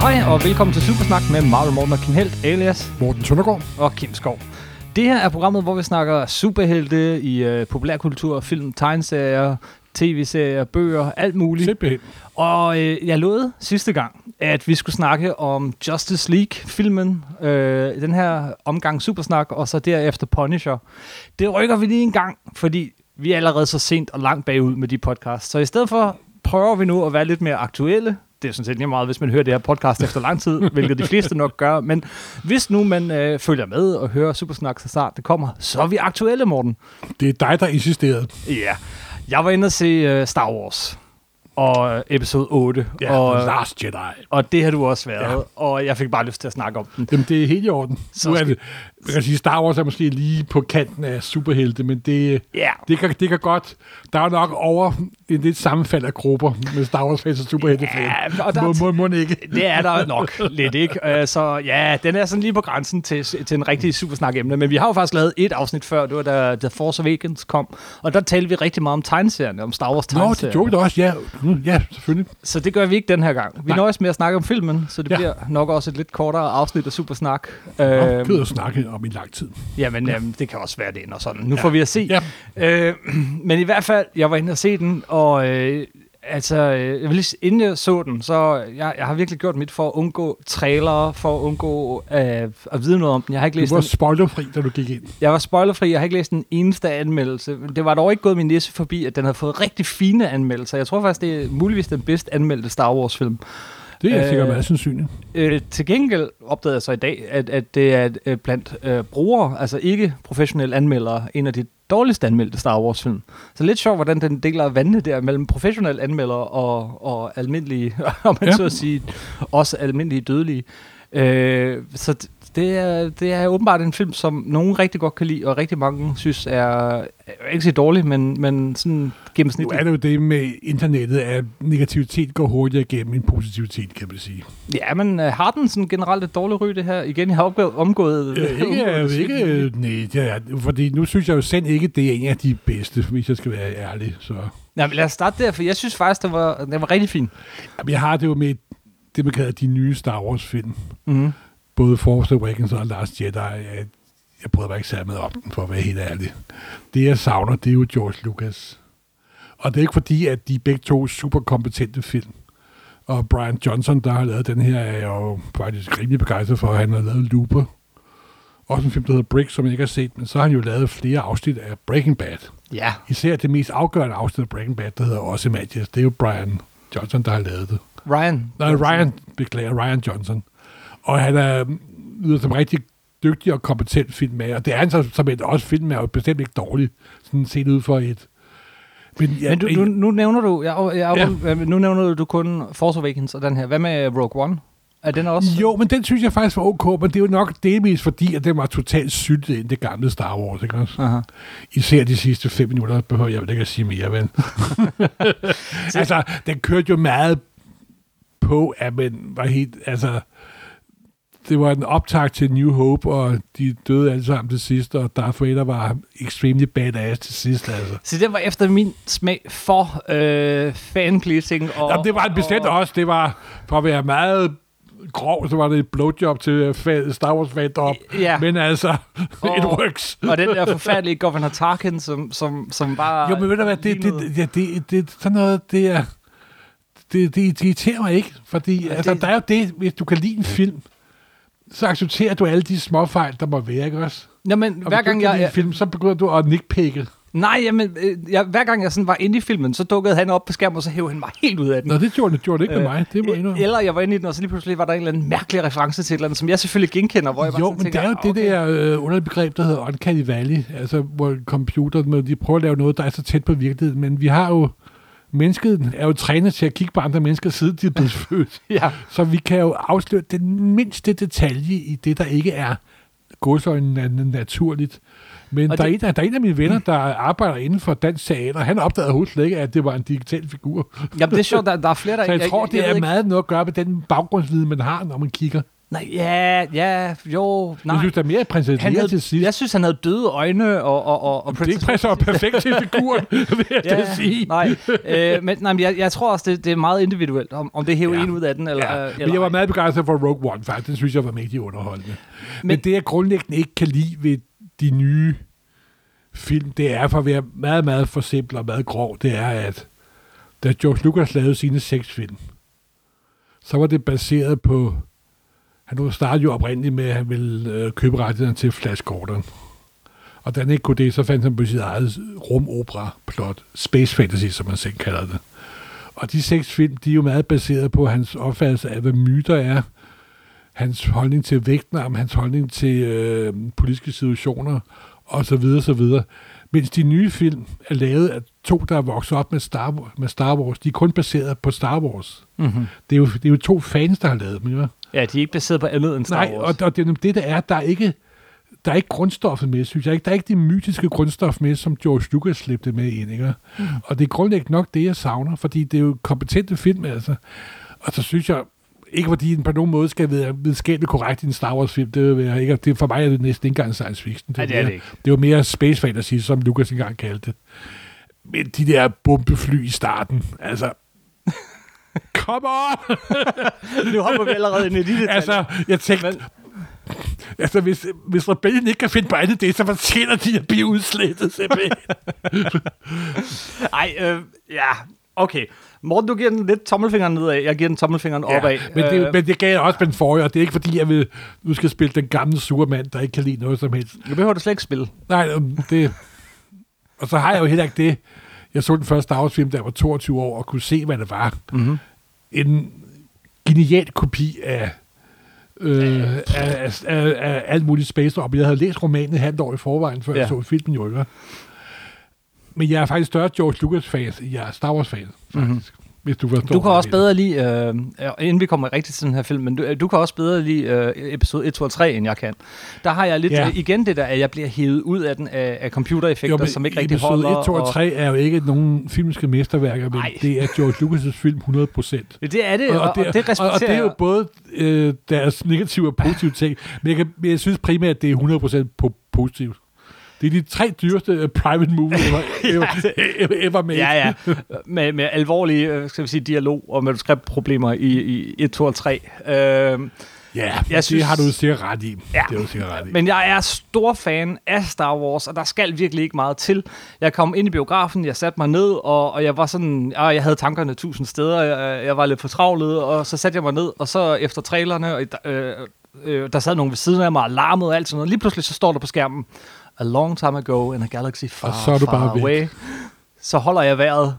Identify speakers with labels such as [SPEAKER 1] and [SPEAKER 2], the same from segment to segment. [SPEAKER 1] Hej og velkommen til Supersnak med Marvel Morten og Kim Helt, alias
[SPEAKER 2] Morten Søndergaard.
[SPEAKER 1] og Kim Skov. Det her er programmet, hvor vi snakker superhelte i øh, populærkultur, film, tegneserier, tv-serier, bøger, alt muligt.
[SPEAKER 2] Simpelthen.
[SPEAKER 1] Og øh, jeg lovede sidste gang, at vi skulle snakke om Justice League-filmen, øh, den her omgang Supersnak, og så derefter Punisher. Det rykker vi lige en gang, fordi vi er allerede så sent og langt bagud med de podcasts. Så i stedet for prøver vi nu at være lidt mere aktuelle. Det er sådan set lige meget, hvis man hører det her podcast efter lang tid, hvilket de fleste nok gør. Men hvis nu man øh, følger med og hører Supersnak, så snart det kommer, så er vi aktuelle, Morten.
[SPEAKER 2] Det er dig, der insisterede.
[SPEAKER 1] Ja. Jeg var inde og se øh, Star Wars og øh, episode 8.
[SPEAKER 2] Ja,
[SPEAKER 1] og, øh,
[SPEAKER 2] og... øh, Last Jedi.
[SPEAKER 1] og det har du også været, ja. og jeg fik bare lyst til at snakke om den.
[SPEAKER 2] Jamen, det er helt i orden.
[SPEAKER 1] Så
[SPEAKER 2] Så nu er
[SPEAKER 1] skal-
[SPEAKER 2] det, man kan sige, Star Wars er måske lige på kanten af superhelte, men det, øh,
[SPEAKER 1] Ja.
[SPEAKER 2] det, kan, det kan godt... Der er nok over en lidt sammenfald af grupper med Star Wars-fans og superhelte-fans.
[SPEAKER 1] Ja, og der-
[SPEAKER 2] må, må, må den ikke.
[SPEAKER 1] Det er der nok lidt, ikke? Øh, Så ja, den er sådan lige på grænsen til, til en rigtig supersnak-emne, men vi har jo faktisk lavet et afsnit før, det var da The Force Awakens kom, og der talte vi rigtig meget om tegneserierne, om Star Wars
[SPEAKER 2] Nå, det
[SPEAKER 1] tegneserierne.
[SPEAKER 2] gjorde vi da også, ja. Mm, Ja, selvfølgelig.
[SPEAKER 1] så det gør vi ikke den her gang. Vi
[SPEAKER 2] Nej.
[SPEAKER 1] nøjes med at snakke om filmen, så det ja.
[SPEAKER 2] Ja.
[SPEAKER 1] bliver nok også et lidt kortere afsnit af supersnak.
[SPEAKER 2] Øhm...
[SPEAKER 1] Øhm,
[SPEAKER 2] Kød at snakke om i lang tid.
[SPEAKER 1] Jamen, jamen, det kan også være det og sådan. Nu ja. får vi at se.
[SPEAKER 2] Ja.
[SPEAKER 1] Øh, men i hvert fald, jeg var inde og se den, og øh, altså, øh, jeg vil lige, inden jeg så den, så jeg, jeg har virkelig gjort mit for at undgå trailere, for at undgå øh, at vide noget om den. Jeg har ikke læst
[SPEAKER 2] Du var
[SPEAKER 1] den.
[SPEAKER 2] spoilerfri, da du gik ind.
[SPEAKER 1] Jeg var spoilerfri, jeg har ikke læst en eneste anmeldelse. Det var dog ikke gået min næse forbi, at den havde fået rigtig fine anmeldelser. Jeg tror faktisk, det er muligvis den bedst anmeldte Star Wars-film.
[SPEAKER 2] Det er
[SPEAKER 1] Øh,
[SPEAKER 2] øh... sikkert meget sandsynligt.
[SPEAKER 1] Øh, til gengæld opdagede jeg så i dag, at, at det er øh, blandt øh, brugere, altså ikke professionelle anmeldere, en af de dårligst anmeldte Star Wars-film. Så lidt sjovt, hvordan den deler vandene der mellem professionelle anmeldere og, og almindelige, om man ja.
[SPEAKER 2] Ja.
[SPEAKER 1] så at sige, også almindelige dødelige. Øh, så d- det er, det er åbenbart en film, som nogen rigtig godt kan lide, og rigtig mange synes er, jeg vil ikke sige dårlig, men, men sådan
[SPEAKER 2] Nu er
[SPEAKER 1] gennemsnitlig.
[SPEAKER 2] det jo det med internettet, at negativitet går hurtigere igennem end positivitet, kan man sige.
[SPEAKER 1] Ja, men øh, har den sådan generelt et dårligt ry, det her? Igen, jeg har opgået, omgået...
[SPEAKER 2] Øh, ikke,
[SPEAKER 1] omgået det
[SPEAKER 2] øh, ikke, øh, nej, det er, fordi nu synes jeg jo selv ikke, det er en af de bedste, hvis jeg skal være ærlig. Så.
[SPEAKER 1] Nej, men lad os starte der, for jeg synes faktisk, det var, det var rigtig fint.
[SPEAKER 2] Jamen, jeg har det jo med det, man kalder de nye Star Wars-film.
[SPEAKER 1] Mm.
[SPEAKER 2] Både Force Awakens og Last Jedi. Jeg, jeg bryder mig ikke særlig meget om den, for at være helt ærlig. Det, jeg savner, det er jo George Lucas. Og det er ikke fordi, at de begge to er super kompetente film. Og Brian Johnson, der har lavet den her, er jeg jo faktisk rimelig begejstret for. Han har lavet Looper. Også en film, der hedder Brick, som jeg ikke har set. Men så har han jo lavet flere afsnit af Breaking Bad.
[SPEAKER 1] Ja.
[SPEAKER 2] Især det mest afgørende afsnit af Breaking Bad, der hedder også Magias. Det er jo Brian Johnson, der har lavet det.
[SPEAKER 1] Ryan.
[SPEAKER 2] Nej, Ryan, beklager, Ryan Johnson. Og han er mm, lyder som en rigtig dygtig og kompetent filmmager. Og det er han så, som et, også film er jo bestemt ikke dårlig, sådan set ud for et... Men, ja,
[SPEAKER 1] Men du, nu, nu nævner du, jeg, jeg,
[SPEAKER 2] Ja.
[SPEAKER 1] jeg, nu nævner du kun Force Awakens og den her. Hvad med Rogue One? Er den også?
[SPEAKER 2] Jo, men den synes jeg faktisk var ok, men det er jo nok delvis fordi, at den var totalt syltet ind i det gamle Star Wars, ikke også?
[SPEAKER 1] Aha.
[SPEAKER 2] Især de sidste fem minutter behøver jeg vel ikke at sige mere, vel? altså, den kørte jo meget på, at man var helt, altså, det var en optag til New Hope, og de døde alle sammen til sidst, og Darth Vader var extremely badass til sidst, altså.
[SPEAKER 1] Så den var efter min smag for øh, fan-pleasing. Og,
[SPEAKER 2] Jamen, det var en bestemt også, det var, for at være meget grov, så var det et blowjob til fa- Star wars fan op.
[SPEAKER 1] Ja.
[SPEAKER 2] Men altså, et
[SPEAKER 1] Og-
[SPEAKER 2] rygs.
[SPEAKER 1] og den der forfærdelige Governor Tarkin, som, som, som bare...
[SPEAKER 2] Jo, men ved du hvad, det,
[SPEAKER 1] lignede-
[SPEAKER 2] det, ja, det, det, sådan noget, det er, det, det irriterer mig ikke, fordi altså,
[SPEAKER 1] det-
[SPEAKER 2] der er jo det, hvis du kan lide en film, så accepterer du alle de småfejl, der må være, ikke også?
[SPEAKER 1] Nå, men
[SPEAKER 2] Og
[SPEAKER 1] hver
[SPEAKER 2] hvis du
[SPEAKER 1] gang
[SPEAKER 2] ikke kan
[SPEAKER 1] jeg...
[SPEAKER 2] lide en
[SPEAKER 1] jeg
[SPEAKER 2] film, så begynder du at nitpikke.
[SPEAKER 1] nej, jamen, øh, jeg, hver gang jeg sådan var inde i filmen, så dukkede han op på skærmen, og så hævde han mig helt ud af den.
[SPEAKER 2] Nå, det gjorde det, gjorde det ikke med
[SPEAKER 1] Øh,
[SPEAKER 2] mig. Det må jeg indrømme.
[SPEAKER 1] Eller jeg var inde i den, og så lige pludselig var der en eller anden mærkelig reference til et eller andet, som jeg selvfølgelig genkender, hvor jeg bare
[SPEAKER 2] jo,
[SPEAKER 1] sådan
[SPEAKER 2] men
[SPEAKER 1] tænker, "Ah,
[SPEAKER 2] der er jo det
[SPEAKER 1] okay.
[SPEAKER 2] der øh, underlige begreb, der hedder uncanny valley, altså hvor computeren, hvor de prøver at lave noget, der er så tæt på virkeligheden, men vi har jo, mennesket er jo trænet til at kigge på andre mennesker, siden de er blevet født.
[SPEAKER 1] Ja.
[SPEAKER 2] Så vi kan jo afsløre den mindste detalje i det, der ikke er godsøjne naturligt. Men
[SPEAKER 1] Og
[SPEAKER 2] der,
[SPEAKER 1] det-
[SPEAKER 2] er en, af- der er en af mine venner, der arbejder inden for dansk teater, han opdagede overhovedet slet ikke, at det var en digital figur.
[SPEAKER 1] Jamen, det er sjovt, der, der er flere, der...
[SPEAKER 2] Så jeg tror, det
[SPEAKER 1] ved
[SPEAKER 2] er
[SPEAKER 1] ikke-
[SPEAKER 2] meget noget at gøre med den baggrundsviden, man har, når man kigger.
[SPEAKER 1] Nej, ja, ja, jo, nej.
[SPEAKER 2] Jeg synes, der er mere prinsesse
[SPEAKER 1] han
[SPEAKER 2] Leia
[SPEAKER 1] havde,
[SPEAKER 2] til sidst.
[SPEAKER 1] jeg synes, han havde døde øjne, og, og, og, og
[SPEAKER 2] det er ikke præcis så perfekt til figuren, vil jeg da sige.
[SPEAKER 1] nej, øh, men, nej, men jeg, jeg tror også, det, det er meget individuelt, om, om det hæver
[SPEAKER 2] Ja.
[SPEAKER 1] ja. en ud af den, eller,
[SPEAKER 2] ja,
[SPEAKER 1] øh,
[SPEAKER 2] men
[SPEAKER 1] eller
[SPEAKER 2] jeg var
[SPEAKER 1] ej.
[SPEAKER 2] meget begejstret for Rogue One, faktisk. Den synes jeg var mægtig underholdende. Men, men
[SPEAKER 1] Men-
[SPEAKER 2] det, jeg grundlæggende ikke kan lide ved de nye film, det er for at være meget, meget for simpel og meget grov, det er, at da George Lucas lavede sine seks film, så var det baseret på... Han startede jo oprindeligt med, at han ville øh, købe rettighederne til Flash Gordon. Og da han ikke kunne det, så fandt han på sit eget rumopera-plot, Space Fantasy, som man selv kalder det. Og de seks film, de er jo meget baseret på hans opfattelse af, hvad myter er, hans holdning til Vietnam, hans holdning til øh, politiske situationer, og så videre, så videre. Mens de nye film er lavet af to, der er vokset op med Star, Wa- med Star Wars. De er kun baseret på Star Wars.
[SPEAKER 1] Mm-hmm.
[SPEAKER 2] Det er jo, det er jo to fans, der har lavet dem, ikke?
[SPEAKER 1] Ja, de er ikke baseret på andet end Star
[SPEAKER 2] Nej,
[SPEAKER 1] Wars.
[SPEAKER 2] og, og det, er nemlig det der er, der er ikke der er ikke grundstoffet med, synes jeg. ikke. Der er ikke det mytiske grundstof med, som George Lucas slæbte med ind, ikke? Mm. Og det er grundlæggende nok det, jeg savner, fordi det er jo kompetente film, altså. Og så synes jeg, ikke fordi den på nogen måde skal være videnskabeligt korrekt i en Star Wars-film, det vil være, ikke? Det, for mig er det næsten ikke engang science fiction.
[SPEAKER 1] Nej, det er
[SPEAKER 2] mere-
[SPEAKER 1] det ikke.
[SPEAKER 2] det var mere space fantasy, som Lucas engang kaldte det. Men de der bombefly i starten, altså... Come on!
[SPEAKER 1] nu hopper vi allerede ind i de detaljer.
[SPEAKER 2] Altså, jeg tænkte...
[SPEAKER 1] Men-
[SPEAKER 2] Altså, hvis, hvis rebellen ikke kan finde på andet det, så fortjener de at blive udslettet, simpelthen.
[SPEAKER 1] Ej, øh, ja, okay. Morten, du giver den lidt tommelfingeren nedad, jeg giver den tommelfingeren
[SPEAKER 2] Ja,
[SPEAKER 1] opad.
[SPEAKER 2] men, det,
[SPEAKER 1] Øh,
[SPEAKER 2] men det gav jeg også med den forrige, og det er ikke fordi, jeg vil, nu skal spille den gamle sure mand, der ikke kan lide noget som helst.
[SPEAKER 1] Nu behøver du slet ikke spille.
[SPEAKER 2] Nej, øhm, det... Og så har jeg jo heller ikke det. Jeg så den første Star Wars film, da jeg var 22 år, og kunne se, hvad det var.
[SPEAKER 1] Mm-hmm.
[SPEAKER 2] en genial kopi af, øh, af, af, af, af alt muligt space op. Jeg havde læst romanen et halvt år i forvejen, før ja. jeg
[SPEAKER 1] Ja.
[SPEAKER 2] så filmen jo ikke. Men jeg er faktisk større George Lucas-fan. end Jeg er Star Wars-fan,
[SPEAKER 1] mhm.
[SPEAKER 2] faktisk. Mm-hmm. Hvis du forstår.
[SPEAKER 1] Mm. Du kan
[SPEAKER 2] hvad
[SPEAKER 1] også
[SPEAKER 2] jeg mener.
[SPEAKER 1] bedre lide, øh, inden vi kommer rigtigt til den her film, men du, du kan også bedre lide øh, episode 1, 2 og 3, end jeg kan. Der har jeg lidt
[SPEAKER 2] Ja.
[SPEAKER 1] ja. igen det der, at jeg bliver hævet ud af den af, af
[SPEAKER 2] Jo,
[SPEAKER 1] computereffekter,
[SPEAKER 2] men
[SPEAKER 1] som ikke rigtig
[SPEAKER 2] episode
[SPEAKER 1] holder.
[SPEAKER 2] 1, 2 og 3 er jo ikke nogen filmiske mesterværker, men
[SPEAKER 1] Nej.
[SPEAKER 2] det er George Lucas' film 100 procent.
[SPEAKER 1] Og, det er det, og, og, det, og det
[SPEAKER 2] og,
[SPEAKER 1] respekterer
[SPEAKER 2] og det er jo
[SPEAKER 1] jeg.
[SPEAKER 2] både øh, deres negative og positive ting. Men jeg, kan, men jeg synes primært, at det er 100% po- positivt. Det er de tre dyreste øh, private movies ever, ever, ever made.
[SPEAKER 1] Ja, ja. Med, med alvorlige øh, skal vi sige, dialog og manuskriptproblemer i, i 1, 2 og 3. Øh,
[SPEAKER 2] ja
[SPEAKER 1] Jeg
[SPEAKER 2] det
[SPEAKER 1] synes-
[SPEAKER 2] har du sikkert ret i.
[SPEAKER 1] Ja.
[SPEAKER 2] Det har du sikkert ret i.
[SPEAKER 1] Men jeg er stor fan af Star Wars, og der skal virkelig ikke meget til. Jeg kom ind i biografen, jeg satte mig ned, og, og jeg var sådan, ah, jeg havde tankerne tusind steder, jeg, jeg var lidt fortravlet, og så satte jeg mig ned, og så efter trailerne, og, øh, øh, der sad nogen ved siden af mig og larmede og alt sådan noget. Lige pludselig så står der på skærmen, A long time ago in a galaxy far,
[SPEAKER 2] Og så er du
[SPEAKER 1] far
[SPEAKER 2] bare væk.
[SPEAKER 1] away. Så holder jeg vejret,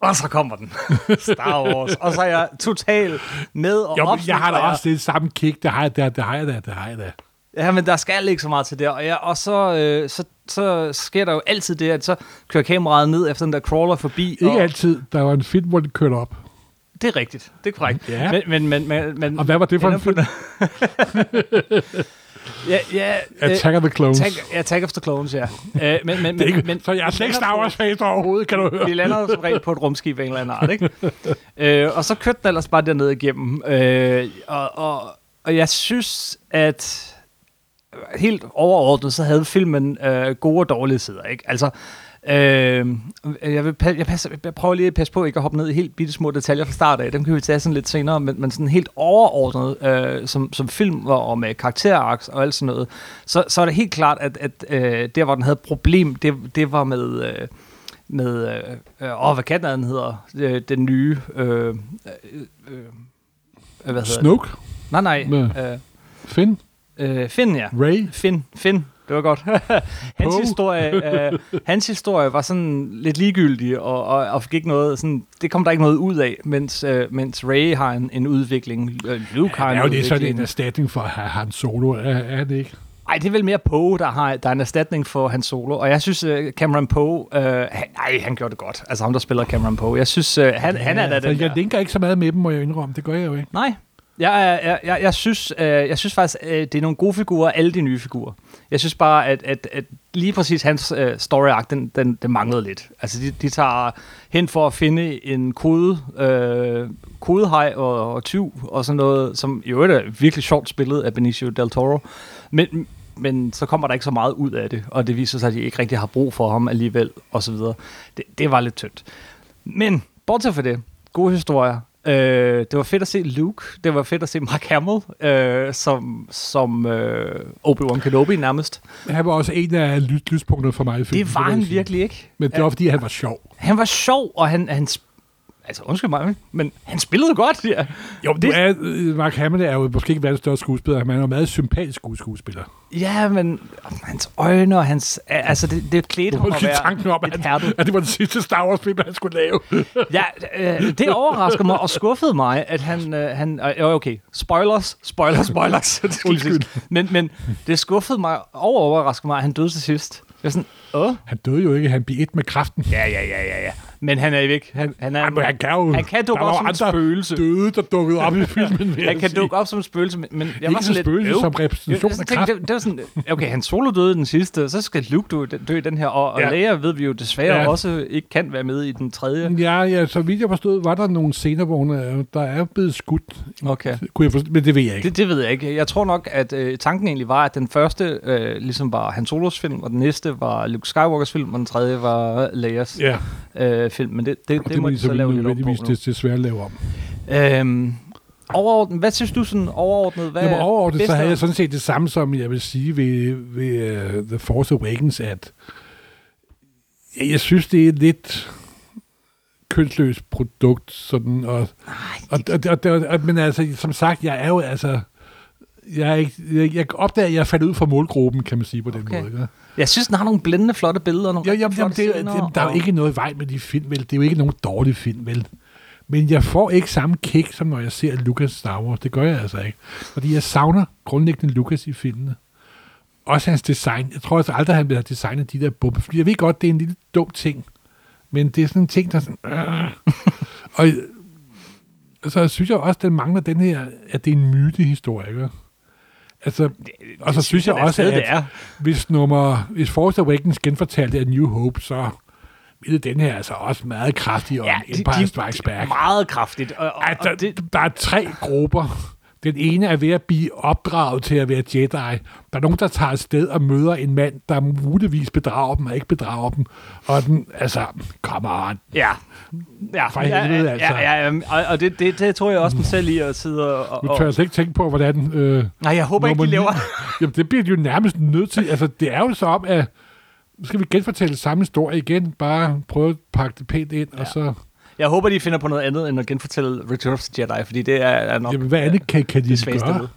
[SPEAKER 1] og så kommer den. Star Wars. Og så er jeg totalt med og
[SPEAKER 2] Jo, men
[SPEAKER 1] opslugt,
[SPEAKER 2] jeg har da
[SPEAKER 1] og jeg-
[SPEAKER 2] også det samme kick. Det har jeg da, det har jeg da, det har jeg da.
[SPEAKER 1] Ja, men der skal ikke så meget til det. Og, ja, og så, øh, så, så sker der jo altid det, at så kører kameraet ned efter den der crawler forbi.
[SPEAKER 2] Ikke
[SPEAKER 1] og,
[SPEAKER 2] altid. Der var en film, hvor den kørte op.
[SPEAKER 1] Det er rigtigt. Det er korrekt.
[SPEAKER 2] Ja.
[SPEAKER 1] Men, men, men, men, men,
[SPEAKER 2] Og hvad var det for en film?
[SPEAKER 1] Ja, ja, øh,
[SPEAKER 2] Attack of the Clones.
[SPEAKER 1] Attack, ja, Attack of the Clones, ja. Øh, men, men,
[SPEAKER 2] Det er
[SPEAKER 1] men,
[SPEAKER 2] ikke,
[SPEAKER 1] men,
[SPEAKER 2] så jeg er slet ikke Star Wars-fan overhovedet, kan du høre.
[SPEAKER 1] vi lander som regel på et rumskib af en eller anden art, ikke? øh, og så kørte den ellers bare dernede igennem. Øh, og, og, og jeg synes, at helt overordnet, så havde filmen øh, gode og dårlige sider, ikke? Altså, øh, jeg, vil, pa- jeg, passer, jeg prøver lige at passe på ikke at hoppe ned i helt bitte små detaljer fra start af. Dem kan vi tage sådan lidt senere, men, men sådan helt overordnet, øh, som, som film og, og med karakterarks og alt sådan noget, så, så er det helt klart, at, at øh, der, hvor den havde et problem, det, det var med... Øh, med, øh, øh, åh, hvad kan den hedder, øh, den nye, øh, øh, øh, hvad hedder
[SPEAKER 2] Snoke,
[SPEAKER 1] det? Nej, nej,
[SPEAKER 2] Nå.
[SPEAKER 1] øh,
[SPEAKER 2] Finn,
[SPEAKER 1] øh, Finn, ja.
[SPEAKER 2] Ray,
[SPEAKER 1] Finn, Finn, det var godt. hans,
[SPEAKER 2] Poe.
[SPEAKER 1] historie, øh, hans historie var sådan lidt ligegyldig, og, og, og fik ikke noget, sådan, det kom der ikke noget ud af, mens, øh, mens Ray har en, en udvikling, øh, Luke har
[SPEAKER 2] Han
[SPEAKER 1] en
[SPEAKER 2] er jo det sådan en
[SPEAKER 1] udvikling.
[SPEAKER 2] erstatning for Han Solo, er, er det ikke?
[SPEAKER 1] Ej, det er vel mere Poe, der, har, der er en erstatning for Han Solo. Og jeg synes, øh, Cameron Poe... Øh, han, ej, han gjorde det godt. Altså ham, der spiller Cameron Poe. Jeg synes, øh, han, han er da
[SPEAKER 2] altså,
[SPEAKER 1] den
[SPEAKER 2] Jeg
[SPEAKER 1] der-
[SPEAKER 2] linker ikke så meget med dem, må jeg indrømme. Det gør jeg jo ikke.
[SPEAKER 1] Nej, Jeg, jeg, jeg, jeg, synes, øh, jeg synes faktisk, øh, det er nogle gode figurer, alle de nye figurer. Jeg synes bare, at, at, at lige præcis hans øh, story arc, den, den, den manglede lidt. Altså, de, de tager hen for at finde en kode, øh, kodehej og, og tyv og sådan noget, som i øvrigt er virkelig sjovt spillet af Benicio Del Toro. Men, men så kommer der ikke så meget ud af det, og det viser sig, at de ikke rigtig har brug for ham alligevel, og så videre. Det, det var lidt tyndt. Men, bortset fra det, gode historier. Øh, det var fedt at se Luke, det var fedt at se Mark Hamill, øh, som, som øh, Obi-Wan Kenobi nærmest.
[SPEAKER 2] Han var også en af ly- lyspunkterne for mig i filmen.
[SPEAKER 1] Det var
[SPEAKER 2] vil jeg
[SPEAKER 1] han
[SPEAKER 2] sige.
[SPEAKER 1] virkelig ikke.
[SPEAKER 2] Men det var, fordi han var sjov.
[SPEAKER 1] Han var sjov, og han... han sp- altså, undskyld mig, men han spillede godt, ja.
[SPEAKER 2] Jo, det... er, øh, Mark Hamill er jo måske ikke verdens største skuespiller, men han er jo en meget sympatisk gode skuespiller.
[SPEAKER 1] Ja, men hans øjne og hans... Altså, det, det klædte
[SPEAKER 2] Du
[SPEAKER 1] ham
[SPEAKER 2] må
[SPEAKER 1] at
[SPEAKER 2] sige
[SPEAKER 1] være
[SPEAKER 2] tanken om,
[SPEAKER 1] lidt
[SPEAKER 2] at,
[SPEAKER 1] hærdet.
[SPEAKER 2] han, at det var den sidste Star Wars-film, han skulle lave.
[SPEAKER 1] Ja, øh, det overrasker mig og skuffede mig, at han... Øh, han øh, jo, okay, spoilers, spoilers, spoilers. Det skal lige siges. men, men det skuffede mig og overrasker mig, at han døde til sidst. Jeg var sådan, åh,
[SPEAKER 2] Han døde jo ikke, han blev et med kraften.
[SPEAKER 1] ja, ja, ja, ja, ja. Men han er ikke... Han, han, er,
[SPEAKER 2] Han, han kan jo...
[SPEAKER 1] han kan dukke
[SPEAKER 2] der
[SPEAKER 1] op
[SPEAKER 2] var jo
[SPEAKER 1] som et
[SPEAKER 2] andre
[SPEAKER 1] spøgelse.
[SPEAKER 2] døde, der dukkede op i filmen. vil
[SPEAKER 1] Han
[SPEAKER 2] jeg
[SPEAKER 1] kan
[SPEAKER 2] sige.
[SPEAKER 1] dukke op som spøgelse, men, men jeg var
[SPEAKER 2] Ikke
[SPEAKER 1] sådan
[SPEAKER 2] som
[SPEAKER 1] lidt...
[SPEAKER 2] spøgelse,
[SPEAKER 1] øv.
[SPEAKER 2] som repræsentation
[SPEAKER 1] Jeg
[SPEAKER 2] af
[SPEAKER 1] tænkte,
[SPEAKER 2] kraft.
[SPEAKER 1] det, det var sådan, okay, han solo døde i den sidste, så skal Luke dø, dø i den her, og, og
[SPEAKER 2] Ja.
[SPEAKER 1] Leia ved vi jo desværre
[SPEAKER 2] Ja.
[SPEAKER 1] også ikke kan være med i den tredje.
[SPEAKER 2] Ja, ja, så vidt jeg forstod, var der nogle scener, hvor hun er, der er blevet skudt.
[SPEAKER 1] Okay.
[SPEAKER 2] Kunne jeg forstå, men det ved jeg ikke.
[SPEAKER 1] Det, det ved jeg ikke. Jeg tror nok, at øh, tanken egentlig var, at den første øh, ligesom var Han Solos film, og den næste var Luke Skywalkers film, og den tredje var Leias
[SPEAKER 2] ja,
[SPEAKER 1] øh, film. Men det, det,
[SPEAKER 2] det,
[SPEAKER 1] det, det må
[SPEAKER 2] vi
[SPEAKER 1] de så lave lidt op på
[SPEAKER 2] nødvendigvis
[SPEAKER 1] nu.
[SPEAKER 2] det, desværre lave om.
[SPEAKER 1] Øhm, overordnet, hvad synes du sådan overordnet? Hvad
[SPEAKER 2] Hvad Jamen
[SPEAKER 1] er
[SPEAKER 2] overordnet,
[SPEAKER 1] bedst
[SPEAKER 2] så havde
[SPEAKER 1] af-
[SPEAKER 2] jeg sådan set det samme, som jeg vil sige ved, ved uh, The Force Awakens, at jeg, jeg synes, det er et lidt kønsløst produkt, sådan, og, og, og, og, og, og, men altså, som sagt, jeg er jo altså, jeg, er ikke, jeg, jeg opdager, at jeg er faldet ud fra målgruppen, kan man sige på den
[SPEAKER 1] Okay.
[SPEAKER 2] okay. måde. Ikke?
[SPEAKER 1] Jeg synes, den har nogle blændende flotte billeder. Nogle
[SPEAKER 2] Jo, jamen,
[SPEAKER 1] rigtig
[SPEAKER 2] jamen,
[SPEAKER 1] flotte
[SPEAKER 2] det, er- det,
[SPEAKER 1] scener,
[SPEAKER 2] der er jo
[SPEAKER 1] og-
[SPEAKER 2] ikke noget i vej med de film, vel? Det er jo ikke nogen dårlige film, vel? Men jeg får ikke samme kick, som når jeg ser Lucas Star Wars. Det gør jeg altså ikke. Fordi jeg savner grundlæggende Lucas i filmene. Også hans design. Jeg tror altså aldrig, han ville have designet de der bomber. Fordi jeg ved godt, det er en lille dum ting. Men det er sådan en ting, der er sådan... Øh. og, og så synes jeg også, den mangler den her, at det er en myte historie, ikke? Altså, og så synes jeg
[SPEAKER 1] da
[SPEAKER 2] også,
[SPEAKER 1] stadig,
[SPEAKER 2] at
[SPEAKER 1] det er.
[SPEAKER 2] hvis, nummer, hvis Force Awakens genfortalte af New Hope, så ville den her altså også meget kraftig om ja, Empire Strikes
[SPEAKER 1] de,
[SPEAKER 2] Back.
[SPEAKER 1] meget kraftigt. Og, og,
[SPEAKER 2] Altså,
[SPEAKER 1] og det,
[SPEAKER 2] det... der er tre grupper. Den ene er ved at blive opdraget til at være Jedi. Der er nogen, der tager afsted og møder en mand, der muligvis bedrager dem og ikke bedrager dem. Og den, altså, come on.
[SPEAKER 1] ja. Ja,
[SPEAKER 2] For helvede,
[SPEAKER 1] ja,
[SPEAKER 2] altså.
[SPEAKER 1] ja, ja, ja, og, og det, det, det tror jeg også mig selv i at sidde og... og
[SPEAKER 2] Du tør altså ikke tænke på, hvordan... Øh,
[SPEAKER 1] Nej, jeg håber ikke,
[SPEAKER 2] nummer
[SPEAKER 1] de laver...
[SPEAKER 2] ni- Jamen, det bliver de jo nærmest nødt til. Altså, det er jo så om, at nu skal vi genfortælle samme historie igen. Bare prøve at pakke det pænt ind, ja. og så...
[SPEAKER 1] Jeg håber, de finder på noget andet, end at genfortælle Return of the Jedi, fordi det er, er nok...
[SPEAKER 2] Jamen, hvad andet kan, kan de
[SPEAKER 1] det svageste
[SPEAKER 2] gøre?
[SPEAKER 1] ved.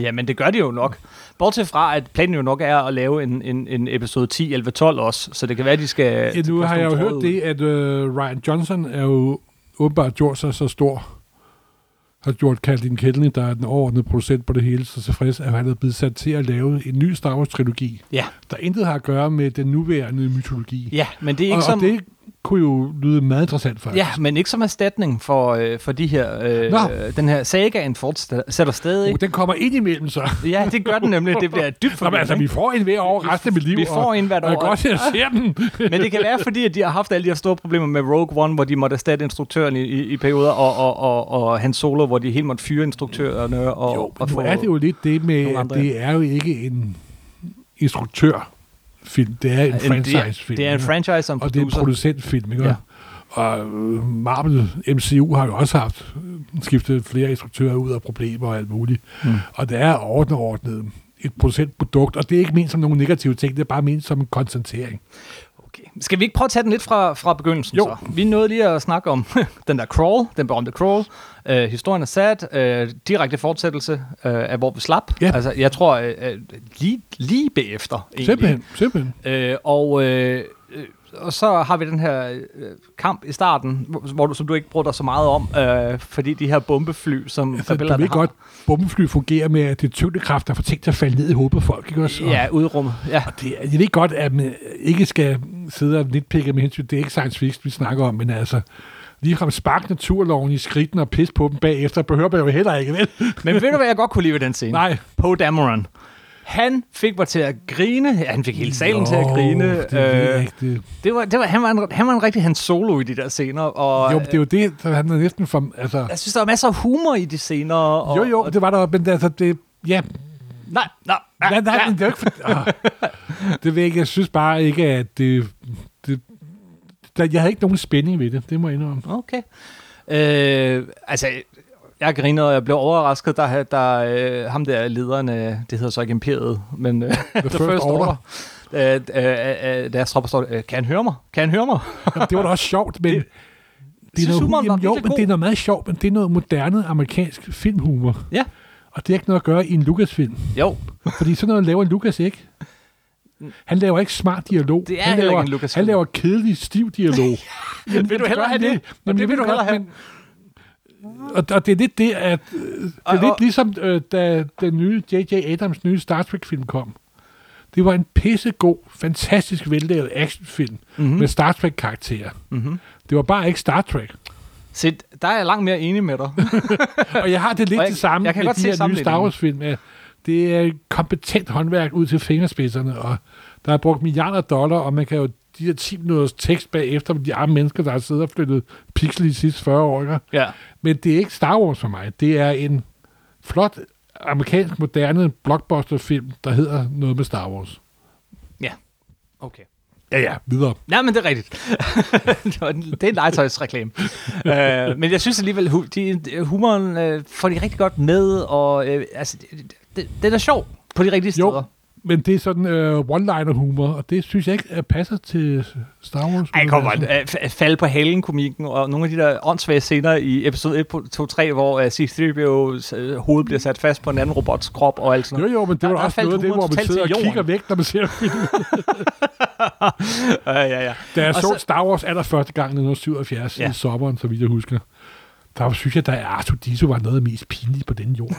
[SPEAKER 1] Jamen, det gør de jo nok. Bortset fra, at planen jo nok er at lave en, en, en episode 10, 11, 12 også, så det kan være, de skal...
[SPEAKER 2] Ja, nu har jeg jo hørt det, at øh, Ryan Johnson er jo åbenbart gjort sig så stor, har gjort Kathleen Kennedy, der er den overordnede producent på det hele, så tilfreds, at han er blevet sat til at lave en ny Star Wars-trilogi,
[SPEAKER 1] Ja,
[SPEAKER 2] der intet har at gøre med den nuværende mytologi.
[SPEAKER 1] ja men det er ikke
[SPEAKER 2] og,
[SPEAKER 1] som...
[SPEAKER 2] og det kunne jo lyde meget interessant faktisk.
[SPEAKER 1] Ja, men ikke som erstatning for, øh, for de her,
[SPEAKER 2] Nå.
[SPEAKER 1] øh, øh, den her sagaen fortsætter stadig.
[SPEAKER 2] Uh, den kommer ind imellem så.
[SPEAKER 1] Ja, det gør den nemlig. Det bliver dybt
[SPEAKER 2] Nå, men, altså, vi
[SPEAKER 1] forvirrende.
[SPEAKER 2] får en hver år resten af mit liv.
[SPEAKER 1] Vi får
[SPEAKER 2] og,
[SPEAKER 1] en hvert
[SPEAKER 2] og jeg
[SPEAKER 1] år.
[SPEAKER 2] kan godt se, at jeg ser den.
[SPEAKER 1] Men det kan være, fordi at de har haft alle de her store problemer med Rogue One, hvor de måtte erstatte instruktøren i, i, i perioder, og, og, og, og Han Solo, hvor de helt måtte fyre instruktørerne. Og,
[SPEAKER 2] Jo,
[SPEAKER 1] og
[SPEAKER 2] men nu er det jo lidt det med,
[SPEAKER 1] nogle
[SPEAKER 2] at
[SPEAKER 1] andre
[SPEAKER 2] det er jo ikke en instruktørfilm, det er en,
[SPEAKER 1] en-
[SPEAKER 2] franchise-film.
[SPEAKER 1] Det er en
[SPEAKER 2] ikke?
[SPEAKER 1] franchise som
[SPEAKER 2] Og det er en
[SPEAKER 1] producer.
[SPEAKER 2] producentfilm, ikke?
[SPEAKER 1] Ja.
[SPEAKER 2] Ja. Og øh, Marvel MCU har jo også haft øh, skiftet flere instruktører ud af problemer og alt muligt.
[SPEAKER 1] Mm.
[SPEAKER 2] Mm. Og det er overordnet et producentprodukt, og det er ikke ment som nogen negative ting, det er bare ment som en konstatering.
[SPEAKER 1] Okay. Skal vi ikke prøve at tage den lidt fra, fra begyndelsen
[SPEAKER 2] Jo.
[SPEAKER 1] så? Vi nåede lige at snakke om den der crawl, den berømte crawl. Øh, historien er sat, øh, direkte fortsættelse øh, af, hvor vi slap.
[SPEAKER 2] Ja.
[SPEAKER 1] Altså, jeg tror, øh, øh, lige, lige bagefter egentlig.
[SPEAKER 2] Simpelthen, simpelthen.
[SPEAKER 1] Øh, og, øh, øh, og så har vi den her øh, kamp i starten, hvor, hvor du, som du ikke bruger dig så meget om, øh, fordi de her bombefly, som
[SPEAKER 2] Så Altså, du ved godt, bombefly fungerer med, at det er tyngdekraft, der får ting til at falde ned i hovedet på folk, ikke også? Og-
[SPEAKER 1] Ja, udrummet. Ja.
[SPEAKER 2] det, er- jeg ved godt, at man ikke skal sidde og nitpikke med hensyn. Det er ikke science fiction, vi snakker om, men altså, ligefrem sparke naturloven i skridten og pisse på dem bagefter, behøver man jo heller ikke, vel?
[SPEAKER 1] Men ved du, hvad jeg godt kunne lide ved den scene?
[SPEAKER 2] Nej.
[SPEAKER 1] Poe Dameron. Han fik mig til at grine. Ja, han fik hele salen til at
[SPEAKER 2] Nå,
[SPEAKER 1] grine.
[SPEAKER 2] Det er øh, rigtigt.
[SPEAKER 1] det var, det var, han, var en, han var en rigtig hans solo i de der scener. Og øh,
[SPEAKER 2] Jo, det er jo det, der han er næsten for... Altså,
[SPEAKER 1] Jeg synes, der var masser af humor i de scener. Og,
[SPEAKER 2] jo, jo,
[SPEAKER 1] Og,
[SPEAKER 2] det var der, men altså, det... Ja,
[SPEAKER 1] nej, nej, nej.
[SPEAKER 2] nej, nej, men det er jo ikke... For, åh, det ved jeg ikke, jeg synes bare ikke, at det... det der, jeg havde ikke nogen spænding ved det, det må jeg indrømme.
[SPEAKER 1] Okay. Øh, altså, jeg grinede, og jeg blev overrasket, der, der øh, ham der lederen, øh, det hedder så ikke Imperiet, men øh, The,
[SPEAKER 2] First Order.
[SPEAKER 1] Øh, øh, øh, deres tropper står, øh, kan han høre mig? Kan han høre mig?
[SPEAKER 2] Jamen, det var da også sjovt, men... Det, det
[SPEAKER 1] synes
[SPEAKER 2] er
[SPEAKER 1] humoren
[SPEAKER 2] noget,
[SPEAKER 1] var
[SPEAKER 2] jamen, jo,
[SPEAKER 1] virkelig
[SPEAKER 2] men
[SPEAKER 1] god.
[SPEAKER 2] det er noget meget sjovt, men det er noget moderne amerikansk filmhumor.
[SPEAKER 1] ja,
[SPEAKER 2] Og det har ikke noget at gøre i en Lucas-film.
[SPEAKER 1] jo.
[SPEAKER 2] Fordi sådan noget laver Lucas ikke. Han laver ikke smart dialog.
[SPEAKER 1] Det er
[SPEAKER 2] han
[SPEAKER 1] heller
[SPEAKER 2] laver,
[SPEAKER 1] ikke en Lucas-film.
[SPEAKER 2] Han laver kedelig, stiv dialog. Jamen,
[SPEAKER 1] Vil du
[SPEAKER 2] det
[SPEAKER 1] hellere
[SPEAKER 2] gør
[SPEAKER 1] have
[SPEAKER 2] han
[SPEAKER 1] det?
[SPEAKER 2] ikke.
[SPEAKER 1] Jamen, det
[SPEAKER 2] jeg
[SPEAKER 1] vil
[SPEAKER 2] ved
[SPEAKER 1] du hellere
[SPEAKER 2] godt,
[SPEAKER 1] have.
[SPEAKER 2] men- Og, og det er lidt det, at... øh, Det er
[SPEAKER 1] Og-
[SPEAKER 2] lidt
[SPEAKER 1] og-
[SPEAKER 2] ligesom, øh, da den nye J.J. Adams nye Star Trek-film kom. Det var en pissegod, fantastisk vellavet actionfilm
[SPEAKER 1] Mhm, Mm.
[SPEAKER 2] mm-hmm. med Star Trek-karakterer.
[SPEAKER 1] Mm-hmm.
[SPEAKER 2] Det var bare ikke Star Trek.
[SPEAKER 1] Se, der er jeg langt mere enig med dig.
[SPEAKER 2] Og jeg har det lidt
[SPEAKER 1] Og jeg-
[SPEAKER 2] det samme
[SPEAKER 1] jeg kan
[SPEAKER 2] med
[SPEAKER 1] godt se
[SPEAKER 2] de her nye Star
[SPEAKER 1] sammenligningen.
[SPEAKER 2] Wars-film. at Det er kompetent håndværk ud til fingerspidserne, og der er brugt milliarder af dollar, og man kan jo de her 10 minutters tekst bagefter med de arme mennesker, der har siddet og flyttet pixel i de sidste 40 år. ikke?
[SPEAKER 1] ja.
[SPEAKER 2] Men det er ikke Star Wars for mig. Det er en flot amerikansk moderne blockbuster-film, der hedder noget med Star Wars.
[SPEAKER 1] Ja. Okay.
[SPEAKER 2] Ja, ja, videre.
[SPEAKER 1] Ja, men det er rigtigt. Det var en- det er en legetøjsreklame. øh, men jeg synes alligevel, hu- de, de- humoren øh, får de rigtig godt med, og øh, altså, det, det, den er sjov på de rigtige
[SPEAKER 2] Jo,
[SPEAKER 1] steder.
[SPEAKER 2] men det er sådan øh, one-liner-humor, og det synes jeg ikke øh, passer til Star Wars. altså-
[SPEAKER 1] Ej, kom on. Øh, f- Falde på halen komikken og nogle af de der åndssvage scener i episode 1, 2, 3, hvor uh, C-3PO's øh, hoved bliver sat fast på en anden robots krop og alt sådan
[SPEAKER 2] Jo,
[SPEAKER 1] noget.
[SPEAKER 2] jo, men det
[SPEAKER 1] Der-
[SPEAKER 2] var
[SPEAKER 1] der
[SPEAKER 2] også
[SPEAKER 1] faldt
[SPEAKER 2] noget af det,
[SPEAKER 1] humoren
[SPEAKER 2] hvor man
[SPEAKER 1] totalt
[SPEAKER 2] sidder og
[SPEAKER 1] til
[SPEAKER 2] kigger
[SPEAKER 1] jorden.
[SPEAKER 2] væk, når man ser filmen.
[SPEAKER 1] Ja, ja, ja.
[SPEAKER 2] Da jeg
[SPEAKER 1] Og
[SPEAKER 2] så
[SPEAKER 1] så-
[SPEAKER 2] Star Wars allerførste gang i 1977
[SPEAKER 1] Ja.
[SPEAKER 2] i sommeren, så vidt jeg husker, der synes jeg, at Arthur Disso var noget af det mest pinlige på den jord.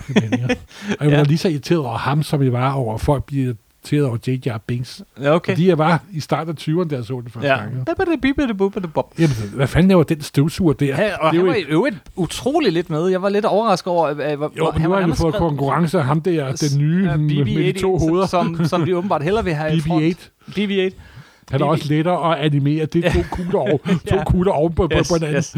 [SPEAKER 2] simpelthen, ikke? og jeg
[SPEAKER 1] Ja.
[SPEAKER 2] var lige så irriteret over ham, som jeg var over at folk bliver irriteret over J.J. Binks.
[SPEAKER 1] Ja, okay.
[SPEAKER 2] Fordi jeg var i starten af 20'erne, da jeg så den første
[SPEAKER 1] Ja.
[SPEAKER 2] gang. ikke?
[SPEAKER 1] Bibbidi-bobbidi-bob.
[SPEAKER 2] Jamen, hvad fanden laver den støvsuger der?
[SPEAKER 1] Han, og
[SPEAKER 2] det er
[SPEAKER 1] han
[SPEAKER 2] jo
[SPEAKER 1] var
[SPEAKER 2] ikke-
[SPEAKER 1] i øvrigt utrolig lidt med. Jeg var lidt overrasket over, at, at, hvor-
[SPEAKER 2] jo, men
[SPEAKER 1] han
[SPEAKER 2] nu
[SPEAKER 1] var
[SPEAKER 2] har han jo
[SPEAKER 1] nærmest
[SPEAKER 2] fået
[SPEAKER 1] skrevet-
[SPEAKER 2] konkurrence af ham der, den nye
[SPEAKER 1] Ja,
[SPEAKER 2] med, med de to
[SPEAKER 1] BB-8,
[SPEAKER 2] hoveder.
[SPEAKER 1] Som, som de åbenbart hellere vil have i front.
[SPEAKER 2] BB-8.
[SPEAKER 1] BB-8.
[SPEAKER 2] Han er
[SPEAKER 1] BB-8.
[SPEAKER 2] også lettere at animere. Det er to kugler over, to
[SPEAKER 1] Ja.
[SPEAKER 2] kugler oven på, på, på hinanden.
[SPEAKER 1] yes.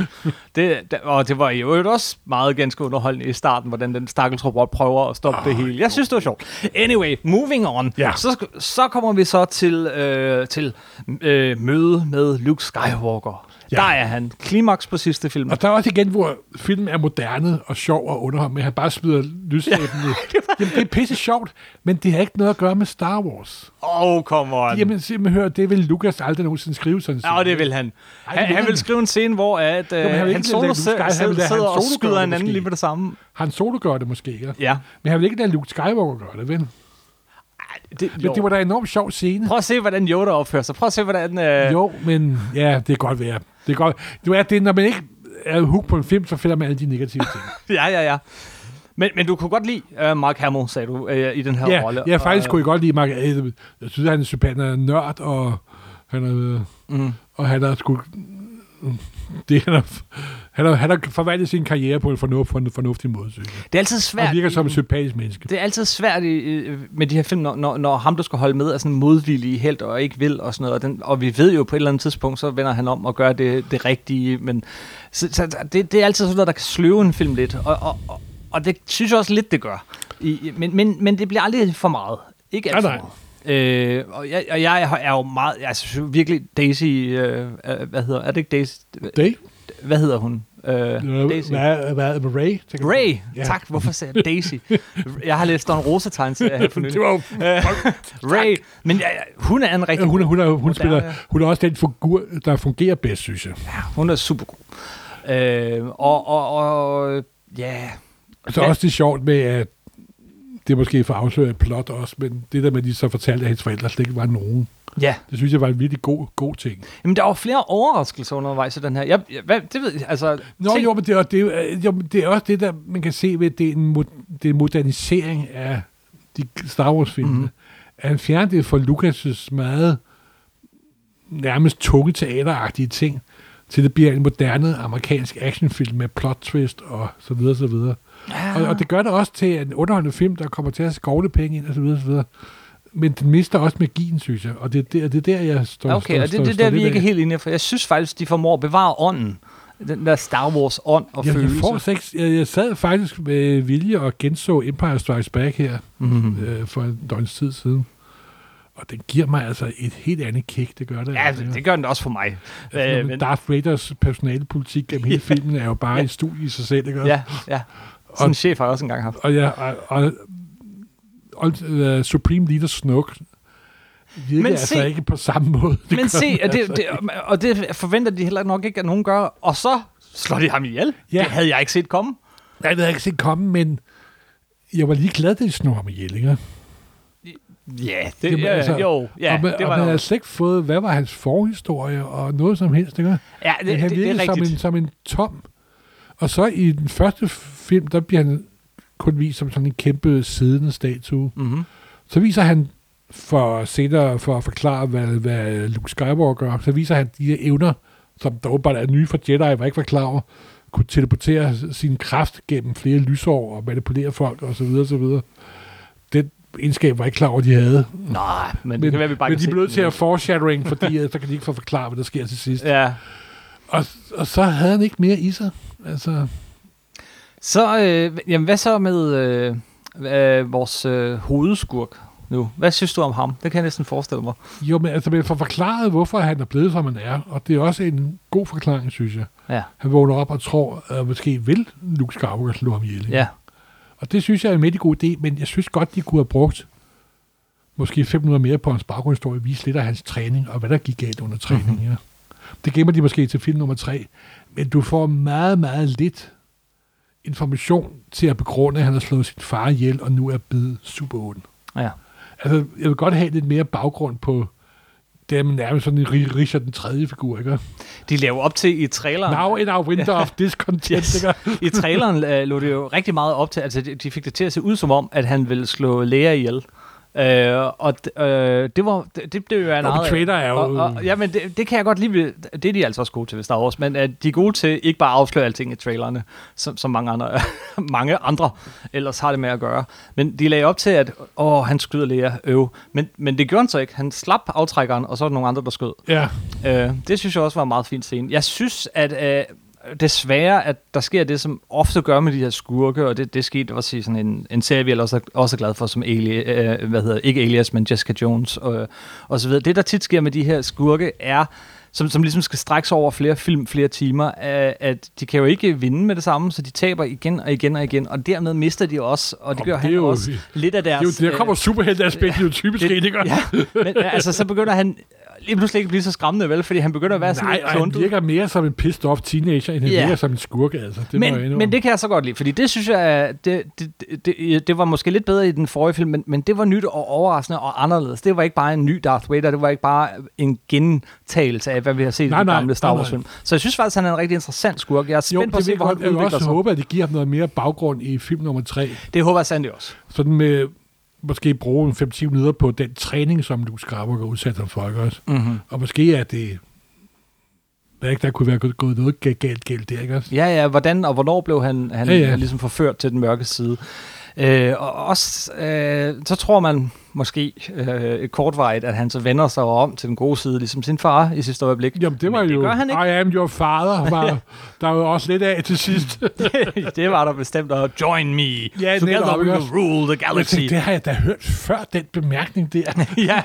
[SPEAKER 1] Det, da- og det var i øvrigt også meget ganske underholdende i starten, hvordan den stakkels robot prøver at stoppe oh, det hele. Jeg synes, det var sjovt. Anyway, moving on.
[SPEAKER 2] Ah, Ja.
[SPEAKER 1] Så, sk- så kommer vi så til, øh, til øh, møde med Luke Skywalker.
[SPEAKER 2] Ja.
[SPEAKER 1] Ja. Der er han. Klimaks på sidste film.
[SPEAKER 2] Og der er også igen, hvor filmen er moderne og sjov og underholdende, men han bare smider lydsæben ud. Jamen, det er pisse sjovt, men det har ikke noget at gøre med Star Wars.
[SPEAKER 1] Åh, oh, come on.
[SPEAKER 2] Jamen, simpelthen hør, det vil Lucas aldrig nogensinde skrive sådan
[SPEAKER 1] Ja, og det vil han. Ej,
[SPEAKER 2] Ej,
[SPEAKER 1] han,
[SPEAKER 2] det vil
[SPEAKER 1] han
[SPEAKER 2] han.
[SPEAKER 1] vil skrive en scene, hvor at, øh,
[SPEAKER 2] han vil ikke
[SPEAKER 1] han
[SPEAKER 2] lade
[SPEAKER 1] solo
[SPEAKER 2] Luke
[SPEAKER 1] sidder,
[SPEAKER 2] Skywalker- han vil lade
[SPEAKER 1] sidder
[SPEAKER 2] Han
[SPEAKER 1] og
[SPEAKER 2] Solo gøre
[SPEAKER 1] skyder
[SPEAKER 2] det
[SPEAKER 1] en anden
[SPEAKER 2] måske.
[SPEAKER 1] lige med det samme.
[SPEAKER 2] Han Solo gør det måske, ikke?
[SPEAKER 1] Ja.
[SPEAKER 2] Men han vil ikke lade Luke Skywalker gøre det, vel?
[SPEAKER 1] Det,
[SPEAKER 2] Men det var da en enormt sjov scene.
[SPEAKER 1] Prøv at se, hvordan Yoda opfører sig. Prøv at se, hvordan... Øh...
[SPEAKER 2] Jo, men ja, det kan godt være. Det kan godt. Du er det, når man ikke er hooked på en film, så finder man alle de negative ting.
[SPEAKER 1] Ja, ja, ja. Men, men du kunne godt lide øh, Mark Hamill, sagde du, øh, i den her
[SPEAKER 2] ja,
[SPEAKER 1] rolle.
[SPEAKER 2] ja, faktisk
[SPEAKER 1] Og,
[SPEAKER 2] kunne jeg godt lide Mark Adam. Jeg synes, han er sympatisk, han er nørd, og han er,
[SPEAKER 1] øh,
[SPEAKER 2] mm. og han er sgu... Det, han, har, han, har, han har forvaltet sin karriere på en, fornuft, på en fornuftig måde, synes jeg.
[SPEAKER 1] Det er altid
[SPEAKER 2] Han
[SPEAKER 1] svært.
[SPEAKER 2] virker
[SPEAKER 1] i-
[SPEAKER 2] som et sympatisk menneske.
[SPEAKER 1] Det er altid svært i, øh, med de her film, når, når, når ham, du skal holde med, er sådan modvillig helt og ikke vil og sådan noget. Og, den, og vi ved jo på et eller andet tidspunkt, så vender han om og gør det, det rigtige. Men så, så, det, det er altid sådan noget, der kan sløve en film lidt. Og, og, og, og det synes jeg også lidt, det gør. I, i- men, men, men det bliver aldrig for meget. Ikke alt
[SPEAKER 2] Nej,
[SPEAKER 1] for meget. Øh, og, jeg, og jeg er jo meget, jeg synes jo virkelig Daisy, øh, øh, hvad hedder, er det ikke Daisy,
[SPEAKER 2] Day?
[SPEAKER 1] hvad hedder hun? Øh, Daisy.
[SPEAKER 2] Hvad, hvad, hvad, Ray? tænker jeg.
[SPEAKER 1] Ray,
[SPEAKER 2] Ja.
[SPEAKER 1] ja. tak. Hvorfor sagde jeg Daisy? jeg har læst Don Rosa-tegn til her for nylig.
[SPEAKER 2] Det var jo,
[SPEAKER 1] Ray, men ja, ja, hun er en rigtig...
[SPEAKER 2] hun, er- hun, er- hun,
[SPEAKER 1] Moderne.
[SPEAKER 2] spiller, hun er også den figur, der fungerer bedst, synes jeg.
[SPEAKER 1] Hun er super god. Øh, og, og, og, ja...
[SPEAKER 2] Så
[SPEAKER 1] Ja.
[SPEAKER 2] også det er sjovt med, at det er måske for at afsløre et plot også, men det der med, at de så fortalte, at hans forældre slet ikke var nogen,
[SPEAKER 1] Ja,
[SPEAKER 2] det synes jeg var en virkelig god, god ting.
[SPEAKER 1] men der var flere overraskelser undervejs i den her. Jeg, jeg, hvad, det ved jeg, altså...
[SPEAKER 2] Nå,
[SPEAKER 1] tænk-
[SPEAKER 2] jo, men det er, også- det, er, øh, jo, men det er også det, der man kan se ved, at det er en, mod- det er en modernisering af de Star Wars-filmene.
[SPEAKER 1] Mhm.
[SPEAKER 2] Mm-hmm. At han fjerner det fra Lucas' meget nærmest tunge teateragtige ting til det bliver en moderne amerikansk actionfilm med plot twist og så videre, så videre. Ja. Og, og det gør det også til en underholdende film, der kommer til at skovle penge ind og så videre, så videre. Men den mister også magien, synes jeg. Og det er der, det er der jeg står
[SPEAKER 1] Okay,
[SPEAKER 2] står,
[SPEAKER 1] og det er det
[SPEAKER 2] står
[SPEAKER 1] der,
[SPEAKER 2] lidt
[SPEAKER 1] vi ikke er
[SPEAKER 2] af.
[SPEAKER 1] helt inde i, for jeg synes faktisk, de formår at bevare ånden. Den der Star Wars ånd og
[SPEAKER 2] jeg, jeg,
[SPEAKER 1] følelse.
[SPEAKER 2] får seks, jeg, jeg sad faktisk med vilje og genså Empire Strikes Back her
[SPEAKER 1] mm-hmm.
[SPEAKER 2] øh, for en døgns tid siden. Og den giver mig altså et helt andet kick, det gør det.
[SPEAKER 1] Ja,
[SPEAKER 2] altså,
[SPEAKER 1] det, det gør den også for mig.
[SPEAKER 2] Altså,
[SPEAKER 1] Øh,
[SPEAKER 2] men Darth Vaders personalepolitik gennem hele filmen er jo bare
[SPEAKER 1] Ja.
[SPEAKER 2] en studie i sig selv, ikke?
[SPEAKER 1] ja, ja. Sådan en
[SPEAKER 2] Og-
[SPEAKER 1] chef har jeg også engang haft.
[SPEAKER 2] Og, ja, og, og, og uh, Supreme Leader Snoke
[SPEAKER 1] Men
[SPEAKER 2] virker men se, altså
[SPEAKER 1] se-
[SPEAKER 2] ikke på samme måde. Det
[SPEAKER 1] Men
[SPEAKER 2] gør
[SPEAKER 1] se,
[SPEAKER 2] den
[SPEAKER 1] og det,
[SPEAKER 2] altså
[SPEAKER 1] det,
[SPEAKER 2] ikke.
[SPEAKER 1] og det forventer de heller nok ikke, at nogen gør. Og så slår de ham ihjel.
[SPEAKER 2] Ja.
[SPEAKER 1] Det havde jeg ikke set komme.
[SPEAKER 2] Jeg havde jeg ikke set komme, men jeg var lige glad, da de snor ham ihjel, ikke?
[SPEAKER 1] Ja, det,
[SPEAKER 2] Jamen,
[SPEAKER 1] ja,
[SPEAKER 2] altså,
[SPEAKER 1] jo. Ja,
[SPEAKER 2] og man,
[SPEAKER 1] det var
[SPEAKER 2] og man
[SPEAKER 1] der
[SPEAKER 2] havde
[SPEAKER 1] også.
[SPEAKER 2] slet ikke fået, hvad var hans forhistorie og noget som helst, ikke?
[SPEAKER 1] Ja,
[SPEAKER 2] Men
[SPEAKER 1] det,
[SPEAKER 2] han
[SPEAKER 1] det, det,
[SPEAKER 2] virkede
[SPEAKER 1] er
[SPEAKER 2] som, en,
[SPEAKER 1] rigtigt.
[SPEAKER 2] som en tom. Og så i den første film, der bliver han kun vist som sådan en kæmpe siddende statue.
[SPEAKER 1] Mm-hmm.
[SPEAKER 2] Så viser han, for senere for at forklare, hvad, hvad Luke Skywalker gør, så viser han de her evner, som der åbenbart er nye for Jedi, var ikke var klar over, kunne teleportere sin kraft gennem flere lysår og manipulere folk osv. Så videre, så videre. Den egenskab var jeg ikke klar over, de havde.
[SPEAKER 1] Nej, men, det
[SPEAKER 2] Men,
[SPEAKER 1] kan være, vi bare
[SPEAKER 2] men
[SPEAKER 1] kan
[SPEAKER 2] de
[SPEAKER 1] se
[SPEAKER 2] blev nødt
[SPEAKER 1] den
[SPEAKER 2] til
[SPEAKER 1] nu.
[SPEAKER 2] at foreshadowing, fordi øh, så kan de ikke få forklare, hvad der sker til sidst.
[SPEAKER 1] Ja.
[SPEAKER 2] Og, og så havde han ikke mere i sig. Altså,
[SPEAKER 1] Så, øh, jamen, hvad så med øh, øh, vores øh, hovedskurk nu? Hvad synes du om ham? Det kan jeg næsten forestille mig.
[SPEAKER 2] jo, men altså, man får forklaret, hvorfor han er blevet, som han er. Og det er også en god forklaring, synes jeg.
[SPEAKER 1] Ja,
[SPEAKER 2] Han vågner op og tror, at måske vil Luke Skywalker slå ham ihjel. ikke?
[SPEAKER 1] ja.
[SPEAKER 2] Og det synes jeg er en rigtig god idé, men jeg synes godt, de kunne have brugt måske 500 mere på hans baggrundshistorie, vise lidt af hans træning, og hvad der gik galt under træningen.
[SPEAKER 1] Mhm.
[SPEAKER 2] Mm-hmm. Ja. Det gemmer de måske til film nummer tre, men du får meget, meget lidt information til at begrunde, at han har slået sin far ihjel, og nu er blevet super ond.
[SPEAKER 1] ja.
[SPEAKER 2] Altså, jeg vil godt have lidt mere baggrund på dem nærmest sådan en Ri- Richard den tredje figur, ikke?
[SPEAKER 1] De laver op til i traileren.
[SPEAKER 2] Now in our winter of discontent,
[SPEAKER 1] Yes.
[SPEAKER 2] yes. ikke?
[SPEAKER 1] I traileren øh, lå det jo rigtig meget op til, altså de- de fik det til at se ud som om, at han ville slå læger ihjel. Øh, og d- øh, det, var, det, det blev jo en
[SPEAKER 2] Nå, men trailer er jo...
[SPEAKER 1] Og, og, ja, men det, det kan jeg godt lide. ved- Det er de altså også gode til ved Star Wars, men at de er gode til ikke bare at afsløre alting i trailerne, som, som mange, andre, mange andre ellers har det med at gøre. Men de lagde op til, at åh, han skyder læger, øv. Men, men det gjorde han så ikke. Han slap aftrækkeren, og så var der nogle andre, der skød.
[SPEAKER 2] ja.
[SPEAKER 1] Øh, det synes jeg også var en meget fin scene. Jeg synes, at øh, desværre, at der sker det, som ofte gør med de her skurke, og det, det skete også i sådan en, en serie, vi er også, også glad for, som Ali, øh, hvad hedder, ikke Alias, men Jessica Jones øh, og så videre. Det, der tit sker med de her skurke, er, som, som ligesom skal strække sig over flere film, flere timer, øh, at de kan jo ikke vinde med det samme, så de taber igen og igen og igen, og dermed mister de også, og det
[SPEAKER 2] Om
[SPEAKER 1] gør
[SPEAKER 2] det
[SPEAKER 1] han
[SPEAKER 2] er jo-
[SPEAKER 1] også lidt af deres...
[SPEAKER 2] Det er jo, der
[SPEAKER 1] øh,
[SPEAKER 2] kommer superhelteaspektet jo typisk ind, ikke?
[SPEAKER 1] Ja, men altså, så begynder han lige pludselig ikke at blive så skræmmende, vel? Fordi han begynder at være sådan
[SPEAKER 2] Nej,
[SPEAKER 1] lidt
[SPEAKER 2] og han
[SPEAKER 1] kluntet.
[SPEAKER 2] virker mere som en pissed off teenager, end han
[SPEAKER 1] Ja.
[SPEAKER 2] virker som en skurke, altså. Det må jeg
[SPEAKER 1] men,
[SPEAKER 2] indrømme.
[SPEAKER 1] men det kan jeg så godt lide, fordi det synes jeg, er- det, det, det, det, det var måske lidt bedre i den forrige film, men, men det var nyt og overraskende og anderledes. Det var ikke bare en ny Darth Vader, det var ikke bare en gentagelse af, hvad vi har set i
[SPEAKER 2] Nej,
[SPEAKER 1] den
[SPEAKER 2] nej,
[SPEAKER 1] gamle Star
[SPEAKER 2] nej,
[SPEAKER 1] Wars
[SPEAKER 2] nej.
[SPEAKER 1] film. Så jeg synes faktisk, han er en rigtig interessant skurk. Jeg er
[SPEAKER 2] jo,
[SPEAKER 1] spændt
[SPEAKER 2] det
[SPEAKER 1] på at se,
[SPEAKER 2] vil
[SPEAKER 1] hvor han
[SPEAKER 2] godt, jeg vil
[SPEAKER 1] udvikler
[SPEAKER 2] også
[SPEAKER 1] sig.
[SPEAKER 2] håbe, at det giver ham noget mere baggrund i film nummer tre.
[SPEAKER 1] Det håber jeg sandelig også.
[SPEAKER 2] Sådan med måske bruge en 5-10 minutter på den træning, som Luke Skywalker udsat ham for, ikke også?
[SPEAKER 1] Mm-hmm.
[SPEAKER 2] Og måske er det... Hvad ikke, der kunne være gået- gået noget galt, galt, galt der, ikke også?
[SPEAKER 1] Ja, ja, hvordan og hvornår blev han, han
[SPEAKER 2] Ja, ja.
[SPEAKER 1] ligesom forført til den mørke side. Øh, og også, øh, så tror man måske øh, kortvarigt, at han så vender sig om til den gode side, ligesom sin far i sidste øjeblik.
[SPEAKER 2] Jamen, det var
[SPEAKER 1] Men det
[SPEAKER 2] jo...
[SPEAKER 1] gør han ikke.
[SPEAKER 2] I am your father, var der er jo også lidt af til sidst.
[SPEAKER 1] det var der bestemt, og join me,
[SPEAKER 2] Ja,
[SPEAKER 1] together
[SPEAKER 2] netop,
[SPEAKER 1] we will
[SPEAKER 2] ikke også?
[SPEAKER 1] rule the
[SPEAKER 2] Jeg
[SPEAKER 1] galaxy.
[SPEAKER 2] tænkte, det har jeg da hørt før, den bemærkning der.
[SPEAKER 1] ja.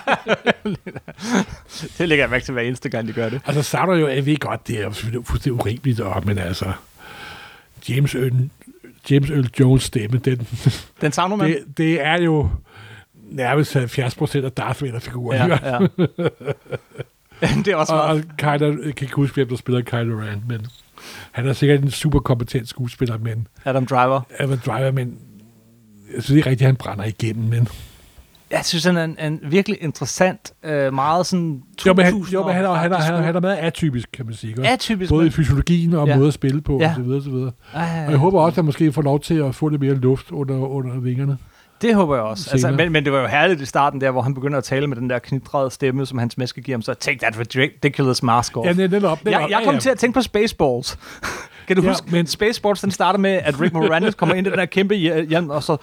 [SPEAKER 1] det lægger jeg mærke til hver eneste gang, de gør det.
[SPEAKER 2] Og Altså, så savner jeg jo, jeg ved godt, det er jo selvfølgelig fuldstændig urimeligt, og, men altså, James Earl, James Earl Jones stemme, den,
[SPEAKER 1] Den savner man.
[SPEAKER 2] det, det er jo nærmest 70 procent af Darth Vader-figuren.
[SPEAKER 1] ja,
[SPEAKER 2] Ja,
[SPEAKER 1] ja. det er også
[SPEAKER 2] og, og
[SPEAKER 1] meget.
[SPEAKER 2] Kylo, jeg kan ikke huske, hvem der spiller Kylo Ren, men han er sikkert en super kompetent skuespiller, men
[SPEAKER 1] Adam Driver.
[SPEAKER 2] Adam Driver, men jeg synes ikke rigtigt, at han brænder igennem, men...
[SPEAKER 1] Jeg synes, han er en, en virkelig interessant, øh, meget sådan 2000
[SPEAKER 2] Jo, men han, jo, men han, er, han, er, han, er, han er meget atypisk, kan man sige. ikke?
[SPEAKER 1] atypisk.
[SPEAKER 2] Både i
[SPEAKER 1] men-
[SPEAKER 2] fysiologien og
[SPEAKER 1] Ja.
[SPEAKER 2] ja. måde at spille på,
[SPEAKER 1] Ja.
[SPEAKER 2] ja. og så videre, så videre.
[SPEAKER 1] Ej,
[SPEAKER 2] Og jeg håber også, at han måske får lov til at få lidt mere luft under, under vingerne.
[SPEAKER 1] Det håber jeg også. Altså,
[SPEAKER 2] Senere.
[SPEAKER 1] men, men det var jo herligt i starten der, hvor han begynder at tale med den der knitrede stemme, som hans maske giver ham. Så take that ridiculous mask off.
[SPEAKER 2] Ja, det er netop.
[SPEAKER 1] jeg, jeg kom til at tænke på Spaceballs. kan du
[SPEAKER 2] Ja,
[SPEAKER 1] ja, huske?
[SPEAKER 2] men-
[SPEAKER 1] Men... Spaceballs, den starter med, at Rick Moranis kommer ind i den der kæmpe hje- hjelm, og så...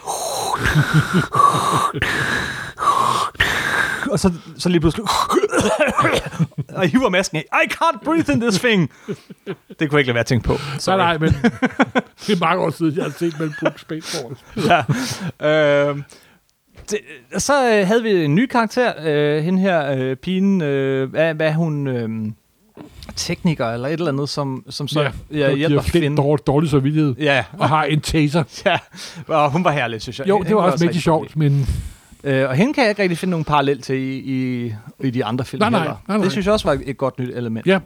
[SPEAKER 1] og så, så lige pludselig... og hiver masken af. I can't breathe in this thing! Det kunne jeg ikke lade være at tænke på.
[SPEAKER 2] Nej,
[SPEAKER 1] Sorry.
[SPEAKER 2] nej, men det er mange år siden, jeg har set Mel Brooks Spaceballs.
[SPEAKER 1] ja. øh, det, så øh, havde vi en ny karakter, øh, hende her, øh, pigen, øh, hvad, hvad er hun, øh, tekniker eller et eller andet, som, som så ja, ja,
[SPEAKER 2] de
[SPEAKER 1] hjælper
[SPEAKER 2] har flint
[SPEAKER 1] Finn.
[SPEAKER 2] dårlig, dårlig samvittighed
[SPEAKER 1] Ja,
[SPEAKER 2] og har en taser.
[SPEAKER 1] ja, og hun var herlig, synes jeg.
[SPEAKER 2] Jo,
[SPEAKER 1] Hende
[SPEAKER 2] det var
[SPEAKER 1] kunne jeg
[SPEAKER 2] også mægtig
[SPEAKER 1] rigtig godt
[SPEAKER 2] sjovt, men
[SPEAKER 1] lide. Øh, og hende kan jeg ikke rigtig finde nogen parallel til i, i, i de andre film.
[SPEAKER 2] Nej, nej,
[SPEAKER 1] heller.
[SPEAKER 2] nej, nej.
[SPEAKER 1] Det synes jeg også var et godt nyt element.
[SPEAKER 2] ja,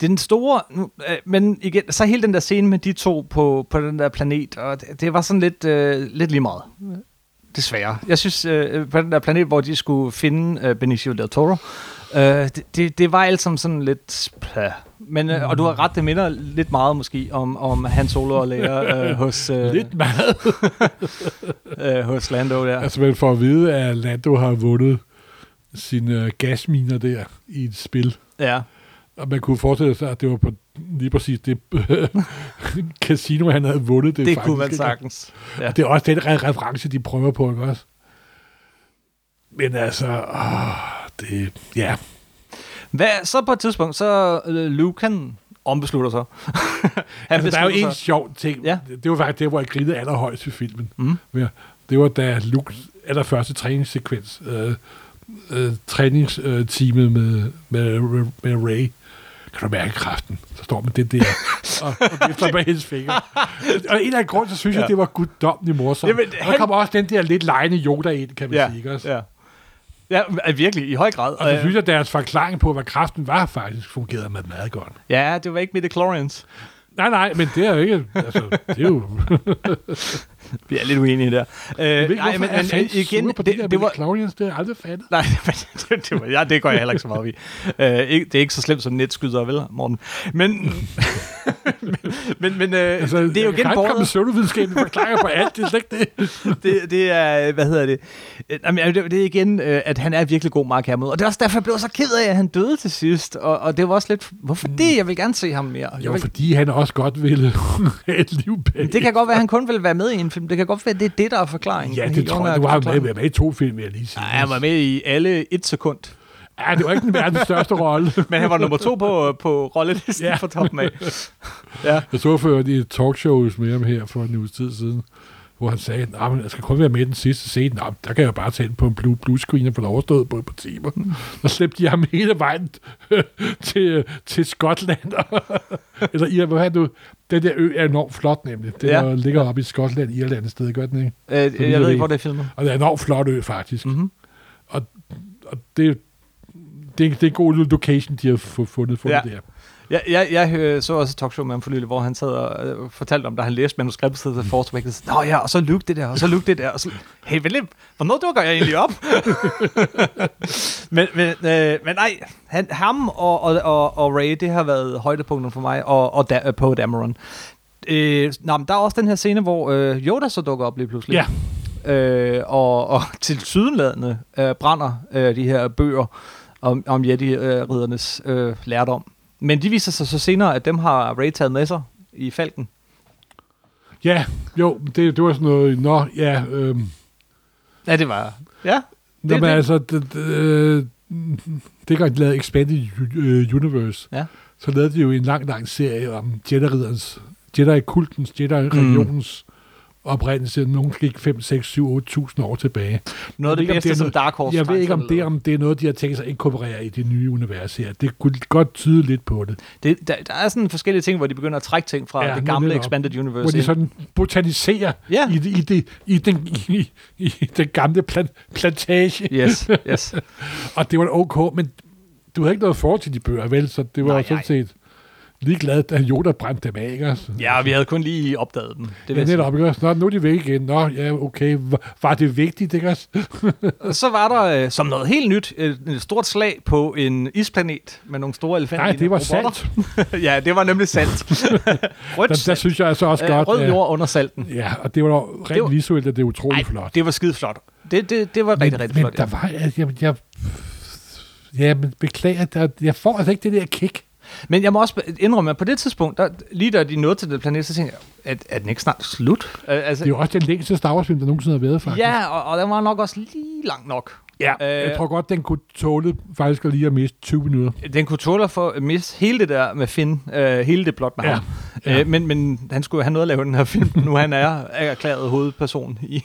[SPEAKER 1] Det er den store, nu, øh, men igen, så hele den der scene med de to på, på den der planet, og det, det var sådan lidt, øh, lidt lige meget. Desværre. Jeg synes, øh, på den der planet, hvor de skulle finde øh, Benicio del Toro, øh, det, det, det var alt sammen sådan lidt... Plah. Men, øh, og du har ret, det minder lidt meget måske om, om hans solo og lærer øh, hos, øh,
[SPEAKER 2] lidt mad.
[SPEAKER 1] øh, hos Lando der.
[SPEAKER 2] Altså, man får at vide, at Lando har vundet sine øh, gasminer der i et spil.
[SPEAKER 1] Ja.
[SPEAKER 2] Og man kunne forestille sig, at det var på lige præcis det øh, casino, han havde vundet.
[SPEAKER 1] Det, det kunne
[SPEAKER 2] faktisk,
[SPEAKER 1] man
[SPEAKER 2] ikke?
[SPEAKER 1] sagtence. Ja.
[SPEAKER 2] Og det er også den re- reference, de prøver på, ikke også? Men altså, åh, det, ja.
[SPEAKER 1] Hvad, så på et tidspunkt, så øh, Luke, han ombeslutter sig. han
[SPEAKER 2] Altså, der er jo
[SPEAKER 1] beslutter
[SPEAKER 2] en
[SPEAKER 1] sig-
[SPEAKER 2] sjov ting.
[SPEAKER 1] Ja.
[SPEAKER 2] Det det var faktisk det, hvor jeg grinede allerhøjst i filmen.
[SPEAKER 1] Mm.
[SPEAKER 2] Ja, Det var da Lukes allerførste træningssekvens, øh, øh, træningsteamet med, med, med Ray, kan du mærke kraften? Så står man det der, og, og vifter med hendes fingre. Og en af grundene, så synes ja. jeg,
[SPEAKER 1] Ja.
[SPEAKER 2] det var guddommelig morsomt.
[SPEAKER 1] Jamen,
[SPEAKER 2] Jamen, han... Og der
[SPEAKER 1] han-
[SPEAKER 2] kommer også den der lidt lejende Yoda ind, kan man sige. Ikke? også?
[SPEAKER 1] Ja. ja, ja, virkelig, i høj grad.
[SPEAKER 2] Og så
[SPEAKER 1] Øh,
[SPEAKER 2] synes jeg, at deres forklaring på, hvad kraften var, faktisk fungerede med meget godt.
[SPEAKER 1] Ja, det var ikke midichlorians.
[SPEAKER 2] Nej, nej, men det er jo ikke... Altså, det er jo...
[SPEAKER 1] Vi er lidt uenige der. Øh,
[SPEAKER 2] Nej, men, men igen, på det, der
[SPEAKER 1] det var...
[SPEAKER 2] Claudians, det har jeg aldrig fattet.
[SPEAKER 1] Nej, men det, det, var, ja, det går jeg heller ikke så meget op i. Øh, ikke, det er ikke så slemt som netskyder, vel, Morten? Men, men, men øh, altså, det er jo
[SPEAKER 2] jeg kan
[SPEAKER 1] igen
[SPEAKER 2] ikke komme med
[SPEAKER 1] borget.
[SPEAKER 2] pseudovidenskabelige forklaringer på alt, det er slet ikke det.
[SPEAKER 1] Det, det er, hvad hedder det? Øh, Jamen, ja, det, det er igen, øh, at han er virkelig god Mark Hamill. Og det er også derfor, jeg blev så ked af, at han døde til sidst. Og, og det var også lidt, hvorfor det? Jeg vil gerne se ham mere. Jeg
[SPEAKER 2] Jo,
[SPEAKER 1] vil
[SPEAKER 2] fordi han også godt ville have et liv bag.
[SPEAKER 1] Men Det kan godt være, at han kun vil være med i en film. Det kan godt være, at det er det, der er forklaringen.
[SPEAKER 2] Ja,
[SPEAKER 1] Den
[SPEAKER 2] det
[SPEAKER 1] helt
[SPEAKER 2] tror jeg,
[SPEAKER 1] underlige
[SPEAKER 2] du har med,
[SPEAKER 1] forklaring.
[SPEAKER 2] med, med i to film, vil jeg lige sige.
[SPEAKER 1] Nej, han var med i alle et sekund.
[SPEAKER 2] Ja, det var ikke den verdens største rolle.
[SPEAKER 1] Men han var nummer to på, på rollelisten
[SPEAKER 2] Ja.
[SPEAKER 1] ja. fra toppen af. Ja.
[SPEAKER 2] Jeg så før i et talkshows med ham her for en uges tid siden, hvor han sagde, at jeg skal kun være med i den sidste scene. Nå, men der kan jeg jo bare tænde på en blue, blue screen og få det overstået på et par timer. Og slæbte de ham hele vejen til, til Skotland. Eller Irland, hvor er du? Den der ø er enormt flot nemlig. Den
[SPEAKER 1] Ja.
[SPEAKER 2] ja. ligger oppe i Skotland, Irland et sted, gør den ikke?
[SPEAKER 1] Øh, jeg ved ikke, hvor det er filmet.
[SPEAKER 2] Og det er en enormt flot ø, faktisk.
[SPEAKER 1] Mhm.
[SPEAKER 2] Og, og det, det, det er en god location, de har fu- fundet, fundet ja.
[SPEAKER 1] Ja.
[SPEAKER 2] der.
[SPEAKER 1] Jeg, jeg, jeg hø- så også et talkshow med ham for nylig, hvor han sad og øh, fortalte om, da han læste manuskriptet til Force Awakens. Nå ja, og så Luke det der, og så Luke det der. Og så, hey, vent lidt, hvornår dukker jeg egentlig op? men, men, øh, men nej, han, ham og, og, og, og Ray, det har været højdepunkten for mig, og, og da, på Dameron. Øh, nå, men der er også den her scene, hvor øh, Yoda så dukker op lige pludselig.
[SPEAKER 2] Ja,
[SPEAKER 1] øh, og, og til sydenladende øh, brænder øh, de her bøger om, om Jedi-riddernes øh, lærdom. Men de viser sig så senere, at dem har Ray taget med sig i Falken.
[SPEAKER 2] ja jo, det, det var sådan noget, nå, ja, øhm,
[SPEAKER 1] Ja, det var Ja,
[SPEAKER 2] Nå,
[SPEAKER 1] Det-
[SPEAKER 2] men
[SPEAKER 1] det-
[SPEAKER 2] altså, det, det, øh, det gør de lavede Expanded U- øh, Universe.
[SPEAKER 1] Ja.
[SPEAKER 2] Så lavede de jo en lang, lang serie om Jedi-ridderens, Jedi-kultens, Jedi-regionens mm. oprindelse. Nogen gik 5, 6, 7, 8 tusind år tilbage.
[SPEAKER 1] noget af det
[SPEAKER 2] Jeg ved ikke, om
[SPEAKER 1] bedste,
[SPEAKER 2] det er
[SPEAKER 1] som
[SPEAKER 2] noget-
[SPEAKER 1] Dark Horse
[SPEAKER 2] Jeg ved
[SPEAKER 1] trak
[SPEAKER 2] ikke, om
[SPEAKER 1] sig
[SPEAKER 2] det,
[SPEAKER 1] ned.
[SPEAKER 2] om det er noget, de har tænkt sig at inkorporere i det nye univers her. Det kunne godt tyde lidt på det.
[SPEAKER 1] det, der, der er sådan forskellige ting, hvor de begynder at trække ting fra
[SPEAKER 2] Ja,
[SPEAKER 1] ja, det
[SPEAKER 2] nu er
[SPEAKER 1] gamle
[SPEAKER 2] det op.
[SPEAKER 1] Expanded Universe.
[SPEAKER 2] Hvor de
[SPEAKER 1] ind.
[SPEAKER 2] sådan botaniserer
[SPEAKER 1] Ja.
[SPEAKER 2] i, det, i, det, i, den, i, i den gamle plan, plantage.
[SPEAKER 1] Yes, yes.
[SPEAKER 2] Og det var okay, men du havde ikke noget forhold til de bøger, vel? Så det var
[SPEAKER 1] Nej,
[SPEAKER 2] sådan
[SPEAKER 1] nej.
[SPEAKER 2] set... ligeglad, da Yoda brændte dem af, ikke? også?
[SPEAKER 1] Ja, vi havde kun lige opdaget dem. Det vil
[SPEAKER 2] Ja,
[SPEAKER 1] jeg sige.
[SPEAKER 2] netop, ikke? også? Nå, nu er de væk igen. Nå, ja, okay. Var- Var det vigtigt, ikke? også?
[SPEAKER 1] Og så var der øh, som noget helt nyt et, et stort slag på en isplanet med nogle store elefanter.
[SPEAKER 2] Nej, det var
[SPEAKER 1] robotter.
[SPEAKER 2] salt.
[SPEAKER 1] ja, det var nemlig salt. Rødt
[SPEAKER 2] Der, der
[SPEAKER 1] salt.
[SPEAKER 2] synes jeg altså også
[SPEAKER 1] Øh,
[SPEAKER 2] godt...
[SPEAKER 1] rød
[SPEAKER 2] øh,
[SPEAKER 1] jord under salten.
[SPEAKER 2] Ja, og det var jo rent
[SPEAKER 1] Det var-
[SPEAKER 2] visuelt, at det er utroligt flot.
[SPEAKER 1] det var skide flot. Det, det, det var rigtig,
[SPEAKER 2] men,
[SPEAKER 1] rigtig
[SPEAKER 2] men
[SPEAKER 1] flot. ja.
[SPEAKER 2] der var... Altså, jeg, jeg, ja, men beklager, der, jeg får altså ikke det der kick.
[SPEAKER 1] Men jeg må også indrømme, at på det tidspunkt, der, lige da de nåede til den planet, så tænkte jeg, er, er den ikke snart slut? Øh, altså,
[SPEAKER 2] Det er jo også den længste Star Wars-film, der nogensinde har været, faktisk.
[SPEAKER 1] ja, og, og den var nok også lige lang nok.
[SPEAKER 2] ja.
[SPEAKER 1] øh,
[SPEAKER 2] jeg tror godt, den kunne tåle faktisk at lige at miste 20 minutter.
[SPEAKER 1] Den kunne tåle at få miste hele det der med Finn, øh, hele det plot med
[SPEAKER 2] Ja,
[SPEAKER 1] ham.
[SPEAKER 2] ja.
[SPEAKER 1] Øh, men, men han skulle jo have noget at lave i den her film, nu han er erklæret hovedperson i.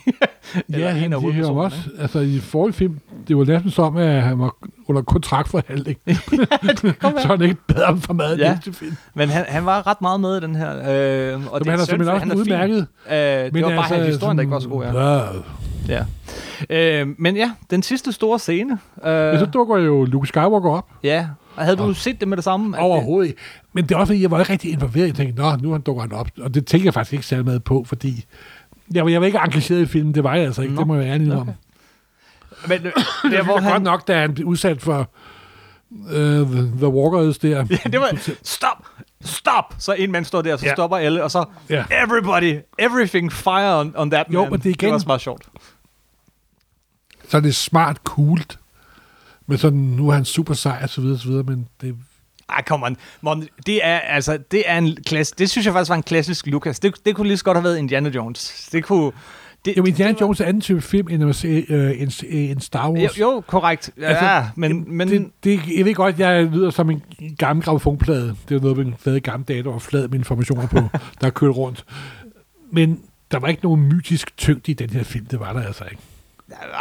[SPEAKER 1] Eller
[SPEAKER 2] Ja,
[SPEAKER 1] en af
[SPEAKER 2] han de hører
[SPEAKER 1] hovedpersonerne,
[SPEAKER 2] også. Altså, i forrige film, det var næsten som, at han var under kontraktforhandling. så han ikke bedre om for mad.
[SPEAKER 1] Ja.
[SPEAKER 2] Ja. Næste film.
[SPEAKER 1] Men han, han var ret meget med i den her. Øh, og
[SPEAKER 2] Og
[SPEAKER 1] det
[SPEAKER 2] det han er
[SPEAKER 1] synd, for
[SPEAKER 2] simpelthen også
[SPEAKER 1] han er fin.
[SPEAKER 2] udmærket.
[SPEAKER 1] Øh, det var bare altså, hans historien, der ikke var så god. Ja.
[SPEAKER 2] god, ja.
[SPEAKER 1] Ja. Øh, men ja, den sidste store scene.
[SPEAKER 2] Men
[SPEAKER 1] Øh,
[SPEAKER 2] så dukker jo Luke Skywalker op.
[SPEAKER 1] ja, og havde du set det med det samme? at
[SPEAKER 2] Overhovedet ikke. Men det er også, fordi jeg var ikke rigtig involveret. Jeg tænkte, nå, nu han dukker han op. Og det tænker jeg faktisk ikke særlig meget på, fordi jeg var, jeg var ikke engageret i filmen. Det var jeg altså ikke.
[SPEAKER 1] Nå,
[SPEAKER 2] Nå, det må jeg være ærlig om.
[SPEAKER 1] Det, men øh,
[SPEAKER 2] Det
[SPEAKER 1] der,
[SPEAKER 2] er
[SPEAKER 1] hvor
[SPEAKER 2] han... godt
[SPEAKER 1] han...
[SPEAKER 2] nok, da han blev udsat for øh, The Walkers der.
[SPEAKER 1] Ja, det var, stop, stop! Så en mand står der, så ja.
[SPEAKER 2] Ja.
[SPEAKER 1] stopper alle, og så, ja.
[SPEAKER 2] Ja.
[SPEAKER 1] everybody, everything fire on, on that
[SPEAKER 2] Jo,
[SPEAKER 1] man.
[SPEAKER 2] men det er
[SPEAKER 1] Det
[SPEAKER 2] igen-
[SPEAKER 1] var også meget sjovt.
[SPEAKER 2] Så er det smart, coolt. Men sådan, nu er han super sej, og så videre, og så videre. Men det,
[SPEAKER 1] Ej, kom Ah, on. Morten, det er, altså, det er en klasse, det synes jeg faktisk var en klassisk Lucas. Det, det kunne lige så godt have været Indiana Jones. Det kunne... Det,
[SPEAKER 2] jo, men Indiana Jones er anden type film, end at se øh, en, en Star Wars.
[SPEAKER 1] jo, jo, korrekt. Ja, altså,
[SPEAKER 2] Altså,
[SPEAKER 1] men, men
[SPEAKER 2] det, det, jeg ved godt, jeg lyder som en gammel gramofonplade. Det er noget, man havde i gamle dage, der var flad med informationer på, der kørte rundt. Men der var ikke nogen mytisk tyngde i den her film. Det var der altså ikke.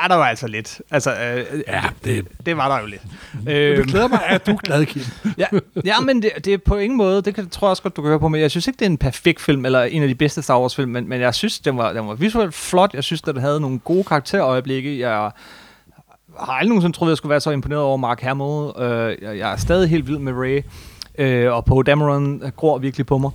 [SPEAKER 1] ej, der var altså lidt. Altså, øh,
[SPEAKER 2] Ja, det,
[SPEAKER 1] det var der jo lidt.
[SPEAKER 2] det
[SPEAKER 1] Øhm,
[SPEAKER 2] glæder mig, at du er glad, Kim.
[SPEAKER 1] ja, ja, men det, det er på ingen måde, det kan, tror jeg også godt, du kan høre på, men jeg synes ikke, det er en perfekt film, eller en af de bedste Star Wars film, men, men jeg synes, den var, den var visuelt flot, jeg synes, den havde nogle gode karakterøjeblikke, jeg har aldrig nogensinde troet, jeg skulle være så imponeret over Mark Hamill, øh, jeg, jeg er stadig helt vild med Ray, øh, og Poe Dameron gror virkelig på mig.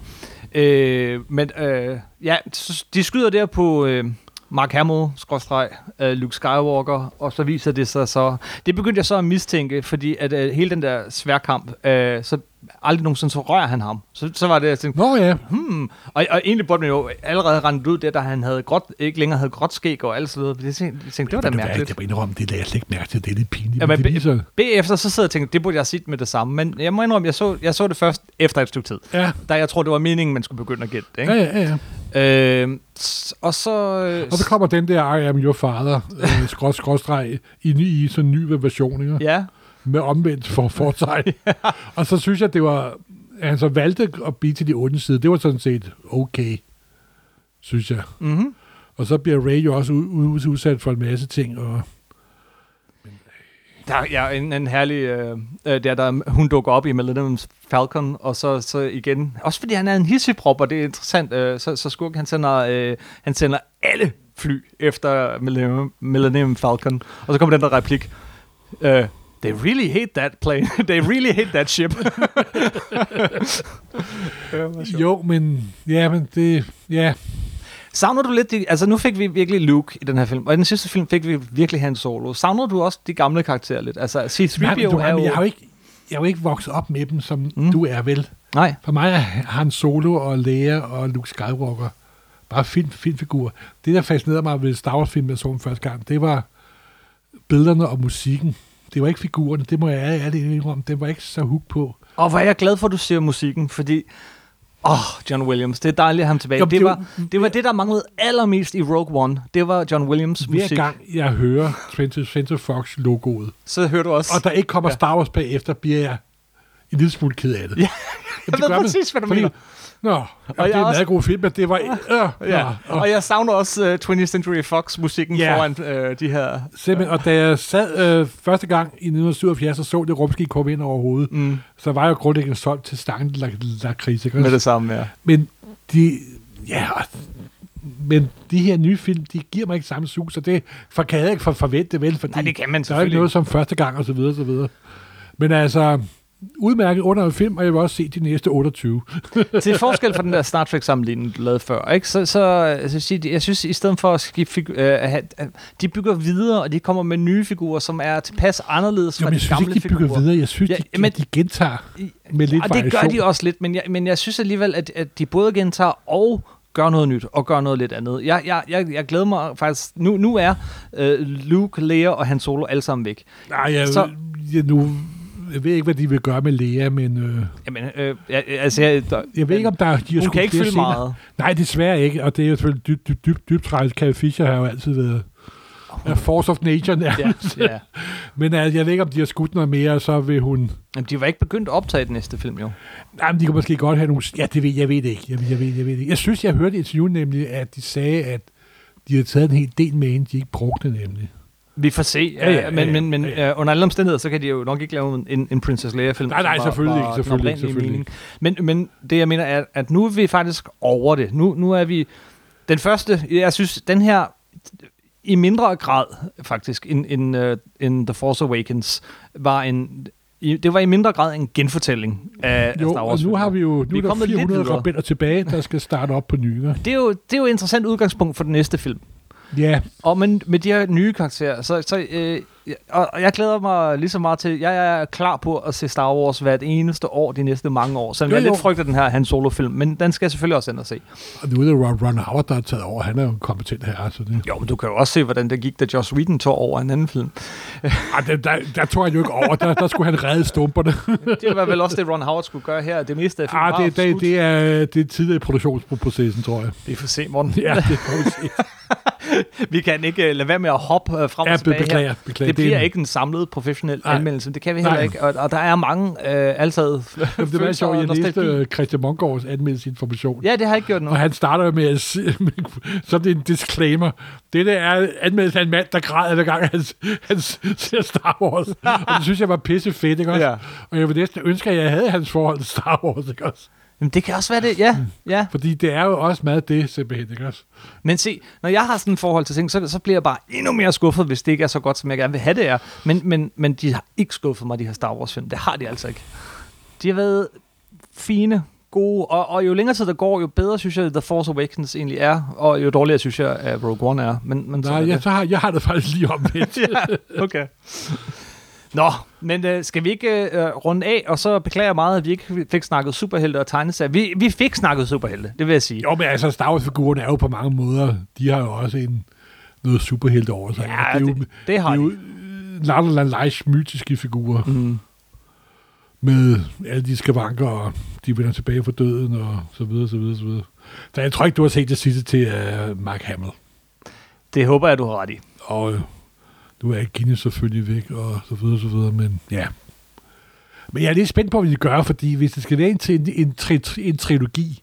[SPEAKER 1] Øh, men øh, ja, så- de skyder der på øh, Mark Hamill, skråstreg, øh, Luke Skywalker, og så viser det sig så... Det begyndte jeg så at mistænke, fordi at øh, hele den der sværkamp, øh, så aldrig nogensinde så rører han ham. Så, så var det, jeg tænkte,
[SPEAKER 2] Nå ja,
[SPEAKER 1] hmm. Og, og egentlig burde man jo allerede rende ud der, da han havde gråt, ikke længere havde gråt skæg og alt sådan noget. Jeg tænkte, jeg tænkte det var da
[SPEAKER 2] Men hvad,
[SPEAKER 1] mærkeligt.
[SPEAKER 2] Jeg må indrømme, det lagde jeg slet ikke mærke til. Det er lidt pinligt.
[SPEAKER 1] Ja,
[SPEAKER 2] Ja, men
[SPEAKER 1] men
[SPEAKER 2] det viser,
[SPEAKER 1] Bagefter så sidder jeg og tænker, det burde jeg have set med det samme, men jeg må indrømme, jeg så, jeg så det først efter et stykke tid.
[SPEAKER 2] ja,
[SPEAKER 1] Da jeg tror, det var meningen, man skulle begynde at gætte det. Ikke?
[SPEAKER 2] ja, ja, ja.
[SPEAKER 1] Øh, s- og så... øh,
[SPEAKER 2] Og så kommer den der I am your father, øh, skrås, skråstreg, i, ny- i sådan en ny version, ikke?
[SPEAKER 1] Ja,
[SPEAKER 2] med omvendt for fortegn. og så synes jeg, det var, at han så valgte at blive til de onde side. Det var sådan set okay, synes jeg.
[SPEAKER 1] mhm.
[SPEAKER 2] Og så bliver Ray jo også u- u- udsat for en masse ting. Og,
[SPEAKER 1] Der, er- ja, en, en herlig... Øh, øh, der, der, hun dukker op i Millennium Falcon, og så, så igen... Også fordi han er en hisseprop, og det er interessant. Øh, så, så skurken, han sender, øh, han sender alle fly efter Millennium, Millennium Falcon. Og så kommer den der replik. Øh, They really hate that plane. They really hate that ship.
[SPEAKER 2] jo, men, ja, men det, ja,
[SPEAKER 1] Savner du lidt, de, altså nu fik vi virkelig Luke i den her film, og i den sidste film fik vi virkelig Han Solo. Savner du også de gamle karakterer lidt? Altså
[SPEAKER 2] Nej,
[SPEAKER 1] C-3PO
[SPEAKER 2] men du,
[SPEAKER 1] er jo...
[SPEAKER 2] men jeg har jo ikke, jeg har jo ikke vokset op med dem, som
[SPEAKER 1] Mm.
[SPEAKER 2] mm. du er vel.
[SPEAKER 1] Nej,
[SPEAKER 2] For mig er Han Solo og Leia og Luke Skywalker bare film, filmfigurer. Det, der fascinerede mig ved Star wars filmen jeg så den første gang, det var billederne og musikken. Det var ikke figurerne, det må jeg ærligt- ærligt indrømme. Det var ikke så hook på.
[SPEAKER 1] Og hvor er jeg glad for, at du ser musikken, fordi... Åh, oh, John Williams, det er dejligt at have ham tilbage. Jo,
[SPEAKER 2] Jamen,
[SPEAKER 1] det,
[SPEAKER 2] det er
[SPEAKER 1] var, det var det, der manglede allermest i Rogue One. Det var John Williams
[SPEAKER 2] Hver
[SPEAKER 1] Altså musik.
[SPEAKER 2] gang jeg hører Center, Center Fox logoet,
[SPEAKER 1] Så hører du også...
[SPEAKER 2] og der ikke kommer
[SPEAKER 1] Ja.
[SPEAKER 2] ja. Star Wars bagefter, bliver jeg en lille smule ked af det.
[SPEAKER 1] Ja, ved
[SPEAKER 2] Jamen, gør man,
[SPEAKER 1] præcis, hvad du
[SPEAKER 2] fordi-
[SPEAKER 1] mener.
[SPEAKER 2] Nå, og det er en
[SPEAKER 1] også- Ah,
[SPEAKER 2] meget god film, men det var... Øh,
[SPEAKER 1] Ja,
[SPEAKER 2] nå,
[SPEAKER 1] og jeg savner også uh, 20th Century Fox-musikken
[SPEAKER 2] Ja.
[SPEAKER 1] yeah. foran uh, de her...
[SPEAKER 2] Simpelthen, og da jeg sad øh, første gang i 1977 og så det rumskib komme ind over hovedet, mm.
[SPEAKER 1] Mm,
[SPEAKER 2] så var jeg jo grundlæggende solgt til stangen lak- lakrids. ikke
[SPEAKER 1] med
[SPEAKER 2] også?
[SPEAKER 1] det samme, ja.
[SPEAKER 2] Men de, ja, og- men de her nye film, de giver mig ikke samme sus, så det for, kan jeg ikke for, forvente vel, fordi
[SPEAKER 1] Nej, det kan man
[SPEAKER 2] der er jo
[SPEAKER 1] selvfølgelig.
[SPEAKER 2] ikke noget som første gang og så videre, så videre. Men altså, udmærket under en film, og jeg vil også se de næste 28.
[SPEAKER 1] Til forskel fra den der Star Trek-sammenligning, du lavede før, ikke? Så, så, så siger de- jeg synes, i stedet for at skifte figu- øh, at have, at de bygger videre, og de kommer med nye figurer, som er tilpas anderledes
[SPEAKER 2] Jo,
[SPEAKER 1] fra
[SPEAKER 2] men jeg
[SPEAKER 1] de
[SPEAKER 2] synes
[SPEAKER 1] gamle
[SPEAKER 2] ikke, de bygger
[SPEAKER 1] figurer.
[SPEAKER 2] videre. Jeg synes,
[SPEAKER 1] Ja,
[SPEAKER 2] ja, de,
[SPEAKER 1] men-
[SPEAKER 2] men, de gentager med lidt
[SPEAKER 1] og det gør
[SPEAKER 2] variation.
[SPEAKER 1] de også lidt, men jeg, men jeg synes alligevel, at, at de både gentager og gør noget nyt, og gør noget lidt andet. Jeg, jeg, jeg, jeg glæder mig faktisk... Nu, nu er øh, Luke, Leia og Han Solo alle sammen væk.
[SPEAKER 2] Nej, jeg,
[SPEAKER 1] Så-
[SPEAKER 2] så... jeg, nu, jeg ved ikke, hvad de vil gøre med Lea, men øh,
[SPEAKER 1] Jamen, øh, jeg, altså... Jeg, der,
[SPEAKER 2] jeg ved ikke, om der er... De har
[SPEAKER 1] hun
[SPEAKER 2] skudt
[SPEAKER 1] kan ikke
[SPEAKER 2] flere
[SPEAKER 1] fylde
[SPEAKER 2] scener.
[SPEAKER 1] meget.
[SPEAKER 2] Nej, desværre ikke, og det er jo selvfølgelig dybt, dybt, dybt, dybt tragisk. Carrie Fisher har jo altid været er force of nature
[SPEAKER 1] Ja,
[SPEAKER 2] nærmest.
[SPEAKER 1] ja.
[SPEAKER 2] Men altså, jeg ved ikke, om de har skudt noget mere, og så vil hun...
[SPEAKER 1] Jamen, de var ikke begyndt at optage den næste film, jo.
[SPEAKER 2] Nej, men de kan måske godt have nogle... Ja, det ved jeg ved det ikke. Jeg, jeg, ved, jeg ved det ikke. Jeg synes, jeg hørte i interview nemlig, at de sagde, at de havde taget en hel del med ind, de ikke brugte nemlig.
[SPEAKER 1] Vi får se, ja, ja, ja, men, men, men ja, ja. under alle omstændigheder, så kan de jo nok ikke lave en- en, en Princess Leia-film.
[SPEAKER 2] Nej,
[SPEAKER 1] som
[SPEAKER 2] nej,
[SPEAKER 1] var-
[SPEAKER 2] selvfølgelig
[SPEAKER 1] var
[SPEAKER 2] ikke, selvfølgelig
[SPEAKER 1] den
[SPEAKER 2] ikke,
[SPEAKER 1] oprindelige
[SPEAKER 2] selvfølgelig
[SPEAKER 1] mening. Men, men det, jeg mener, er, at nu er vi faktisk over det. Nu, nu er vi... Den første, jeg synes, den her i mindre grad faktisk end, end, uh, end The Force Awakens var en... I, det var i mindre grad en genfortælling af, af
[SPEAKER 2] Jo,
[SPEAKER 1] Star
[SPEAKER 2] og
[SPEAKER 1] Wars.
[SPEAKER 2] nu har vi jo nu
[SPEAKER 1] Vi
[SPEAKER 2] er
[SPEAKER 1] er
[SPEAKER 2] der
[SPEAKER 1] kommet lidt
[SPEAKER 2] 400
[SPEAKER 1] videre.
[SPEAKER 2] rebeller tilbage, der skal starte op på nye.
[SPEAKER 1] det, er jo, det er jo et interessant udgangspunkt for den næste film.
[SPEAKER 2] Ja,
[SPEAKER 1] Og men med de her nye karakterer, så, så øh, og, og jeg glæder mig lige så meget til, jeg er klar på at se Star Wars hvert eneste år de næste mange år. Så
[SPEAKER 2] Jo,
[SPEAKER 1] jeg
[SPEAKER 2] jo.
[SPEAKER 1] lidt frygter den her Han Solo-film, men den skal jeg selvfølgelig også ind og se.
[SPEAKER 2] og nu er det Ron, Ron Howard, der er taget over. Han er jo en kompetent herre, så det...
[SPEAKER 1] Jo, men du kan jo også se, hvordan det gik, da Joss Whedon tog over en anden film.
[SPEAKER 2] Ej, der, der, der tog han jo ikke over. Der, der skulle han redde stumperne.
[SPEAKER 1] Det var vel også det, Ron Howard skulle gøre her. Det meste af filmen
[SPEAKER 2] Ah, det,
[SPEAKER 1] var
[SPEAKER 2] det, det, er, det er tidligere i produktionsprocessen, tror jeg.
[SPEAKER 1] det er for sent, Morten.
[SPEAKER 2] Ja, det må vi sige.
[SPEAKER 1] Vi kan ikke øh, lade være med at hoppe øh, frem og
[SPEAKER 2] Ja,
[SPEAKER 1] tilbage her.
[SPEAKER 2] beklager, beklager.
[SPEAKER 1] Det bliver
[SPEAKER 2] er-
[SPEAKER 1] ikke en samlet professionel
[SPEAKER 2] Nej.
[SPEAKER 1] anmeldelse. Det kan vi
[SPEAKER 2] Nej.
[SPEAKER 1] heller ikke. Og, og der er mange øh, altid
[SPEAKER 2] Jamen, det var
[SPEAKER 1] følelser
[SPEAKER 2] sjovt,
[SPEAKER 1] og
[SPEAKER 2] jeg læste
[SPEAKER 1] nostalgi.
[SPEAKER 2] øh, Christian Mongårds anmeldelsesinformation.
[SPEAKER 1] Ja, det har jeg ikke gjort nu.
[SPEAKER 2] Og han starter jo med at sige, så det er en disclaimer. Dette er anmeldelsen af en mand, der græder hver gang, han, han ser Star Wars. og det synes jeg var pisse fedt, ikke også?
[SPEAKER 1] Ja.
[SPEAKER 2] Og jeg ville næsten ønske, at jeg havde hans forhold til Star Wars, ikke også?
[SPEAKER 1] Jamen, det kan også være det, ja. ja.
[SPEAKER 2] Fordi det er jo også meget det, simpelthen, ikke også?
[SPEAKER 1] Men se, når jeg har sådan et forhold til ting, så, så bliver jeg bare endnu mere skuffet, hvis det ikke er så godt, som jeg gerne vil have det er. Men, men, men de har ikke skuffet mig, de her Star Wars-film. Det har de altså ikke. De har været fine, gode, og, og jo længere tid der går, jo bedre synes jeg, The Force Awakens egentlig er, og jo dårligere synes jeg, at Rogue One er. Men, men sådan
[SPEAKER 2] Nej,
[SPEAKER 1] er
[SPEAKER 2] jeg,
[SPEAKER 1] det.
[SPEAKER 2] så har, jeg har det faktisk lige omvendt.
[SPEAKER 1] ja, okay. Nå, men øh, skal vi ikke øh, runde af, og så beklager jeg meget, at vi ikke fik snakket superhelte og tegneserier. Vi, vi fik snakket superhelte, det vil jeg sige.
[SPEAKER 2] jo, men altså, Star Wars-figurerne er jo på mange måder, de har jo også en, noget superhelte over sig.
[SPEAKER 1] Ja,
[SPEAKER 2] og det, er jo,
[SPEAKER 1] det- det har
[SPEAKER 2] det er jo Lalalalalais mytiske figurer.
[SPEAKER 1] Mm.
[SPEAKER 2] med alle de skavanker, og de vender tilbage fra døden, og så videre, så videre, så videre. Så jeg tror ikke, du har set det sidste til uh, Mark Hamill.
[SPEAKER 1] Det håber jeg, du har ret i.
[SPEAKER 2] Og øh, nu er Guinness selvfølgelig væk, og så videre, så videre, men ja. Men jeg er lidt spændt på, hvad de gør, fordi hvis det skal være en, til en, en, tri, en trilogi,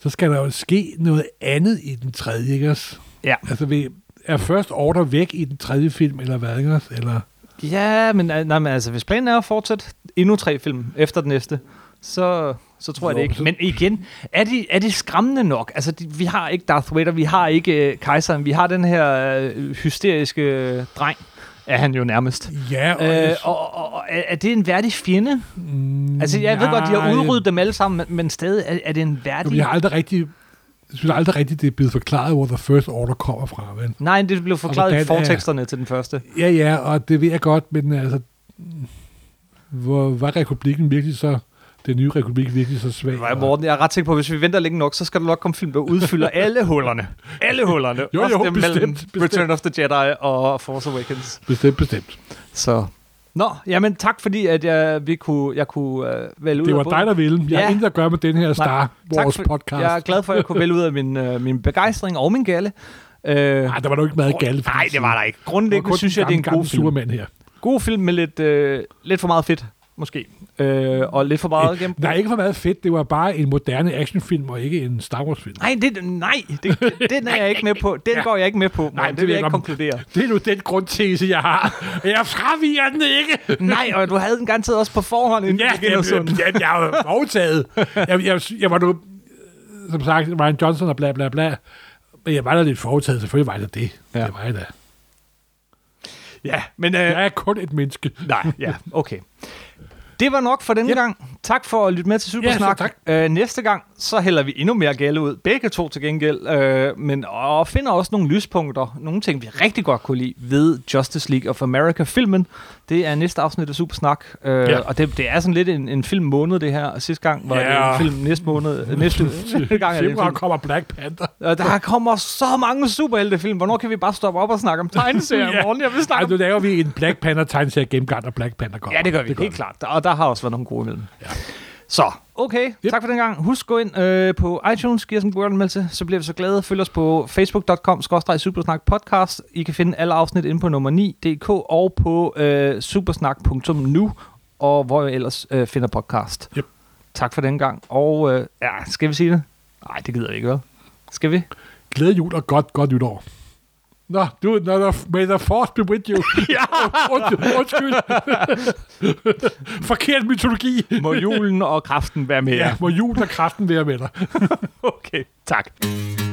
[SPEAKER 2] så skal der jo ske noget andet i den tredje, ikke også?
[SPEAKER 1] Ja.
[SPEAKER 2] Altså, vil- er First Order væk i den tredje film, eller hvad, ikke også? Eller...
[SPEAKER 1] Ja, men, øh, nej, men altså, hvis planen er at fortsætte endnu tre film efter den næste, så, så tror jeg
[SPEAKER 2] Nå,
[SPEAKER 1] det ikke.
[SPEAKER 2] så-
[SPEAKER 1] Men igen, er det, er det skræmmende nok? Altså, de, vi har ikke Darth Vader, vi har ikke øh, kejseren, vi har den her øh, hysteriske øh, dreng, er han jo nærmest.
[SPEAKER 2] Ja, og...
[SPEAKER 1] Øh, og, og, og er er det en værdig fjende?
[SPEAKER 2] mm,
[SPEAKER 1] Altså, jeg ved godt, de har
[SPEAKER 2] nej.
[SPEAKER 1] udryddet dem alle sammen, men- men stadig, er, er det en
[SPEAKER 2] Jamen, jeg
[SPEAKER 1] værdig...
[SPEAKER 2] har aldrig rigtig, jeg synes aldrig rigtigt, det er blevet forklaret, hvor The First Order kommer fra. Men,
[SPEAKER 1] Nej, det blev forklaret i
[SPEAKER 2] hvordan er-
[SPEAKER 1] forteksterne til den første.
[SPEAKER 2] ja, ja, og det ved jeg godt, men altså, hvor, var republikken virkelig så, den nye republik virkelig så svag?
[SPEAKER 1] Nej,
[SPEAKER 2] Og-
[SPEAKER 1] Morten, jeg er ret sikker på, at hvis vi venter længe nok, så skal der nok komme film, der udfylder alle hullerne. Alle hullerne.
[SPEAKER 2] Jo,
[SPEAKER 1] Også
[SPEAKER 2] jo,
[SPEAKER 1] dem
[SPEAKER 2] bestemt,
[SPEAKER 1] mellem
[SPEAKER 2] bestemt.
[SPEAKER 1] Return of the Jedi og Force Awakens.
[SPEAKER 2] Bestemt, bestemt.
[SPEAKER 1] Så... Nå, jamen tak fordi, at jeg, vi kunne, jeg kunne øh, vælge ud
[SPEAKER 2] Det
[SPEAKER 1] af
[SPEAKER 2] var
[SPEAKER 1] både-
[SPEAKER 2] dig, der ville. Jeg ja.
[SPEAKER 1] Ja.
[SPEAKER 2] har intet at gøre med den her Star
[SPEAKER 1] Tak
[SPEAKER 2] Wars
[SPEAKER 1] for-
[SPEAKER 2] podcast.
[SPEAKER 1] Jeg er glad for, at jeg kunne vælge ud af min, øh, min begejstring og min gale. Øh,
[SPEAKER 2] Nej, der var nok ikke meget galt. for
[SPEAKER 1] nej,
[SPEAKER 2] at sige.
[SPEAKER 1] det var der ikke.
[SPEAKER 2] Det var kun
[SPEAKER 1] Grundlæggende synes jeg, det er en
[SPEAKER 2] gammel,
[SPEAKER 1] god
[SPEAKER 2] gammel
[SPEAKER 1] film.
[SPEAKER 2] Superman her.
[SPEAKER 1] God film med lidt, øh, lidt for meget fedt, måske. Øh, og lidt for meget gennem.
[SPEAKER 2] Der er ikke for meget fedt. Det var bare en moderne actionfilm, og ikke en Star Wars-film.
[SPEAKER 1] Nej, det, nej det, den er jeg ikke med på. Den går jeg ikke med på. Nej, det,
[SPEAKER 2] ved
[SPEAKER 1] vil jeg
[SPEAKER 2] jeg
[SPEAKER 1] ikke
[SPEAKER 2] godt.
[SPEAKER 1] konkludere.
[SPEAKER 2] Det er nu den grundtese, jeg har. Jeg fraviger den ikke.
[SPEAKER 1] Nej, og du havde den garanteret også på forhånd, inden
[SPEAKER 2] Ja,
[SPEAKER 1] ja,
[SPEAKER 2] jeg,
[SPEAKER 1] sådan.
[SPEAKER 2] jeg, jeg, jeg er overtaget. jeg, jeg, jeg var nu, som sagt, Ryan Johnson og bla bla bla. Men jeg var da lidt foretaget, selvfølgelig var jeg da det.
[SPEAKER 1] Ja.
[SPEAKER 2] Ja. Det var jeg da.
[SPEAKER 1] Ja, men øh,
[SPEAKER 2] Jeg er kun et menneske.
[SPEAKER 1] nej, ja, okay. Det var nok for denne
[SPEAKER 2] Yep.
[SPEAKER 1] yep. gang. Tak for at lytte med til Supersnak.
[SPEAKER 2] Ja, selv
[SPEAKER 1] Øh, næste gang, så hælder vi endnu mere gæld ud. Begge to til gengæld. Øh, men, og finder også nogle lyspunkter. Nogle ting, vi rigtig godt kunne lide ved Justice League of America-filmen. Det er næste afsnit af Supersnak. Øh,
[SPEAKER 2] Ja.
[SPEAKER 1] Og det, det er sådan lidt en, en filmmåned, det her. Og sidste gang var
[SPEAKER 2] Ja.
[SPEAKER 1] det en film næste måned. øh, Næste uge. gang er ligesom- det en
[SPEAKER 2] Februar
[SPEAKER 1] film.
[SPEAKER 2] kommer Black Panther.
[SPEAKER 1] Og der kommer så mange superheltefilm. Hvornår kan vi bare stoppe op og snakke om tegneserier
[SPEAKER 2] Ja.
[SPEAKER 1] i morgen? Jeg vil snakke
[SPEAKER 2] Ej,
[SPEAKER 1] om
[SPEAKER 2] nu laver vi en Black Panther tegneserie gennemgang, når Black Panther kommer.
[SPEAKER 1] Ja, det gør vi. Det helt klart. Der, og der har også været nogle gode imellem. Ja. Så, okay. Yep. Tak for den gang. Husk gå ind øh, på iTunes, giv os en brugeranmeldelse, så bliver vi så glade. Følg os på facebook.com supersnak podcast. I kan finde alle afsnit inde på nummer 9.dk og på øh, supersnak.nu, og hvor jeg ellers øh, finder podcast.
[SPEAKER 2] Yep.
[SPEAKER 1] Tak for den gang. Og øh, ja, skal vi sige det? Nej, det gider vi ikke, vel? Skal vi?
[SPEAKER 2] Glæde jul og godt, godt nytår. Nå, du, no, no, may the force be with you. ja! Undskyld. undskyld. Forkert mytologi.
[SPEAKER 1] Må julen og kraften være med
[SPEAKER 2] Ja,
[SPEAKER 1] jer.
[SPEAKER 2] hvor jul og kraften være med dig.
[SPEAKER 1] Okay, tak.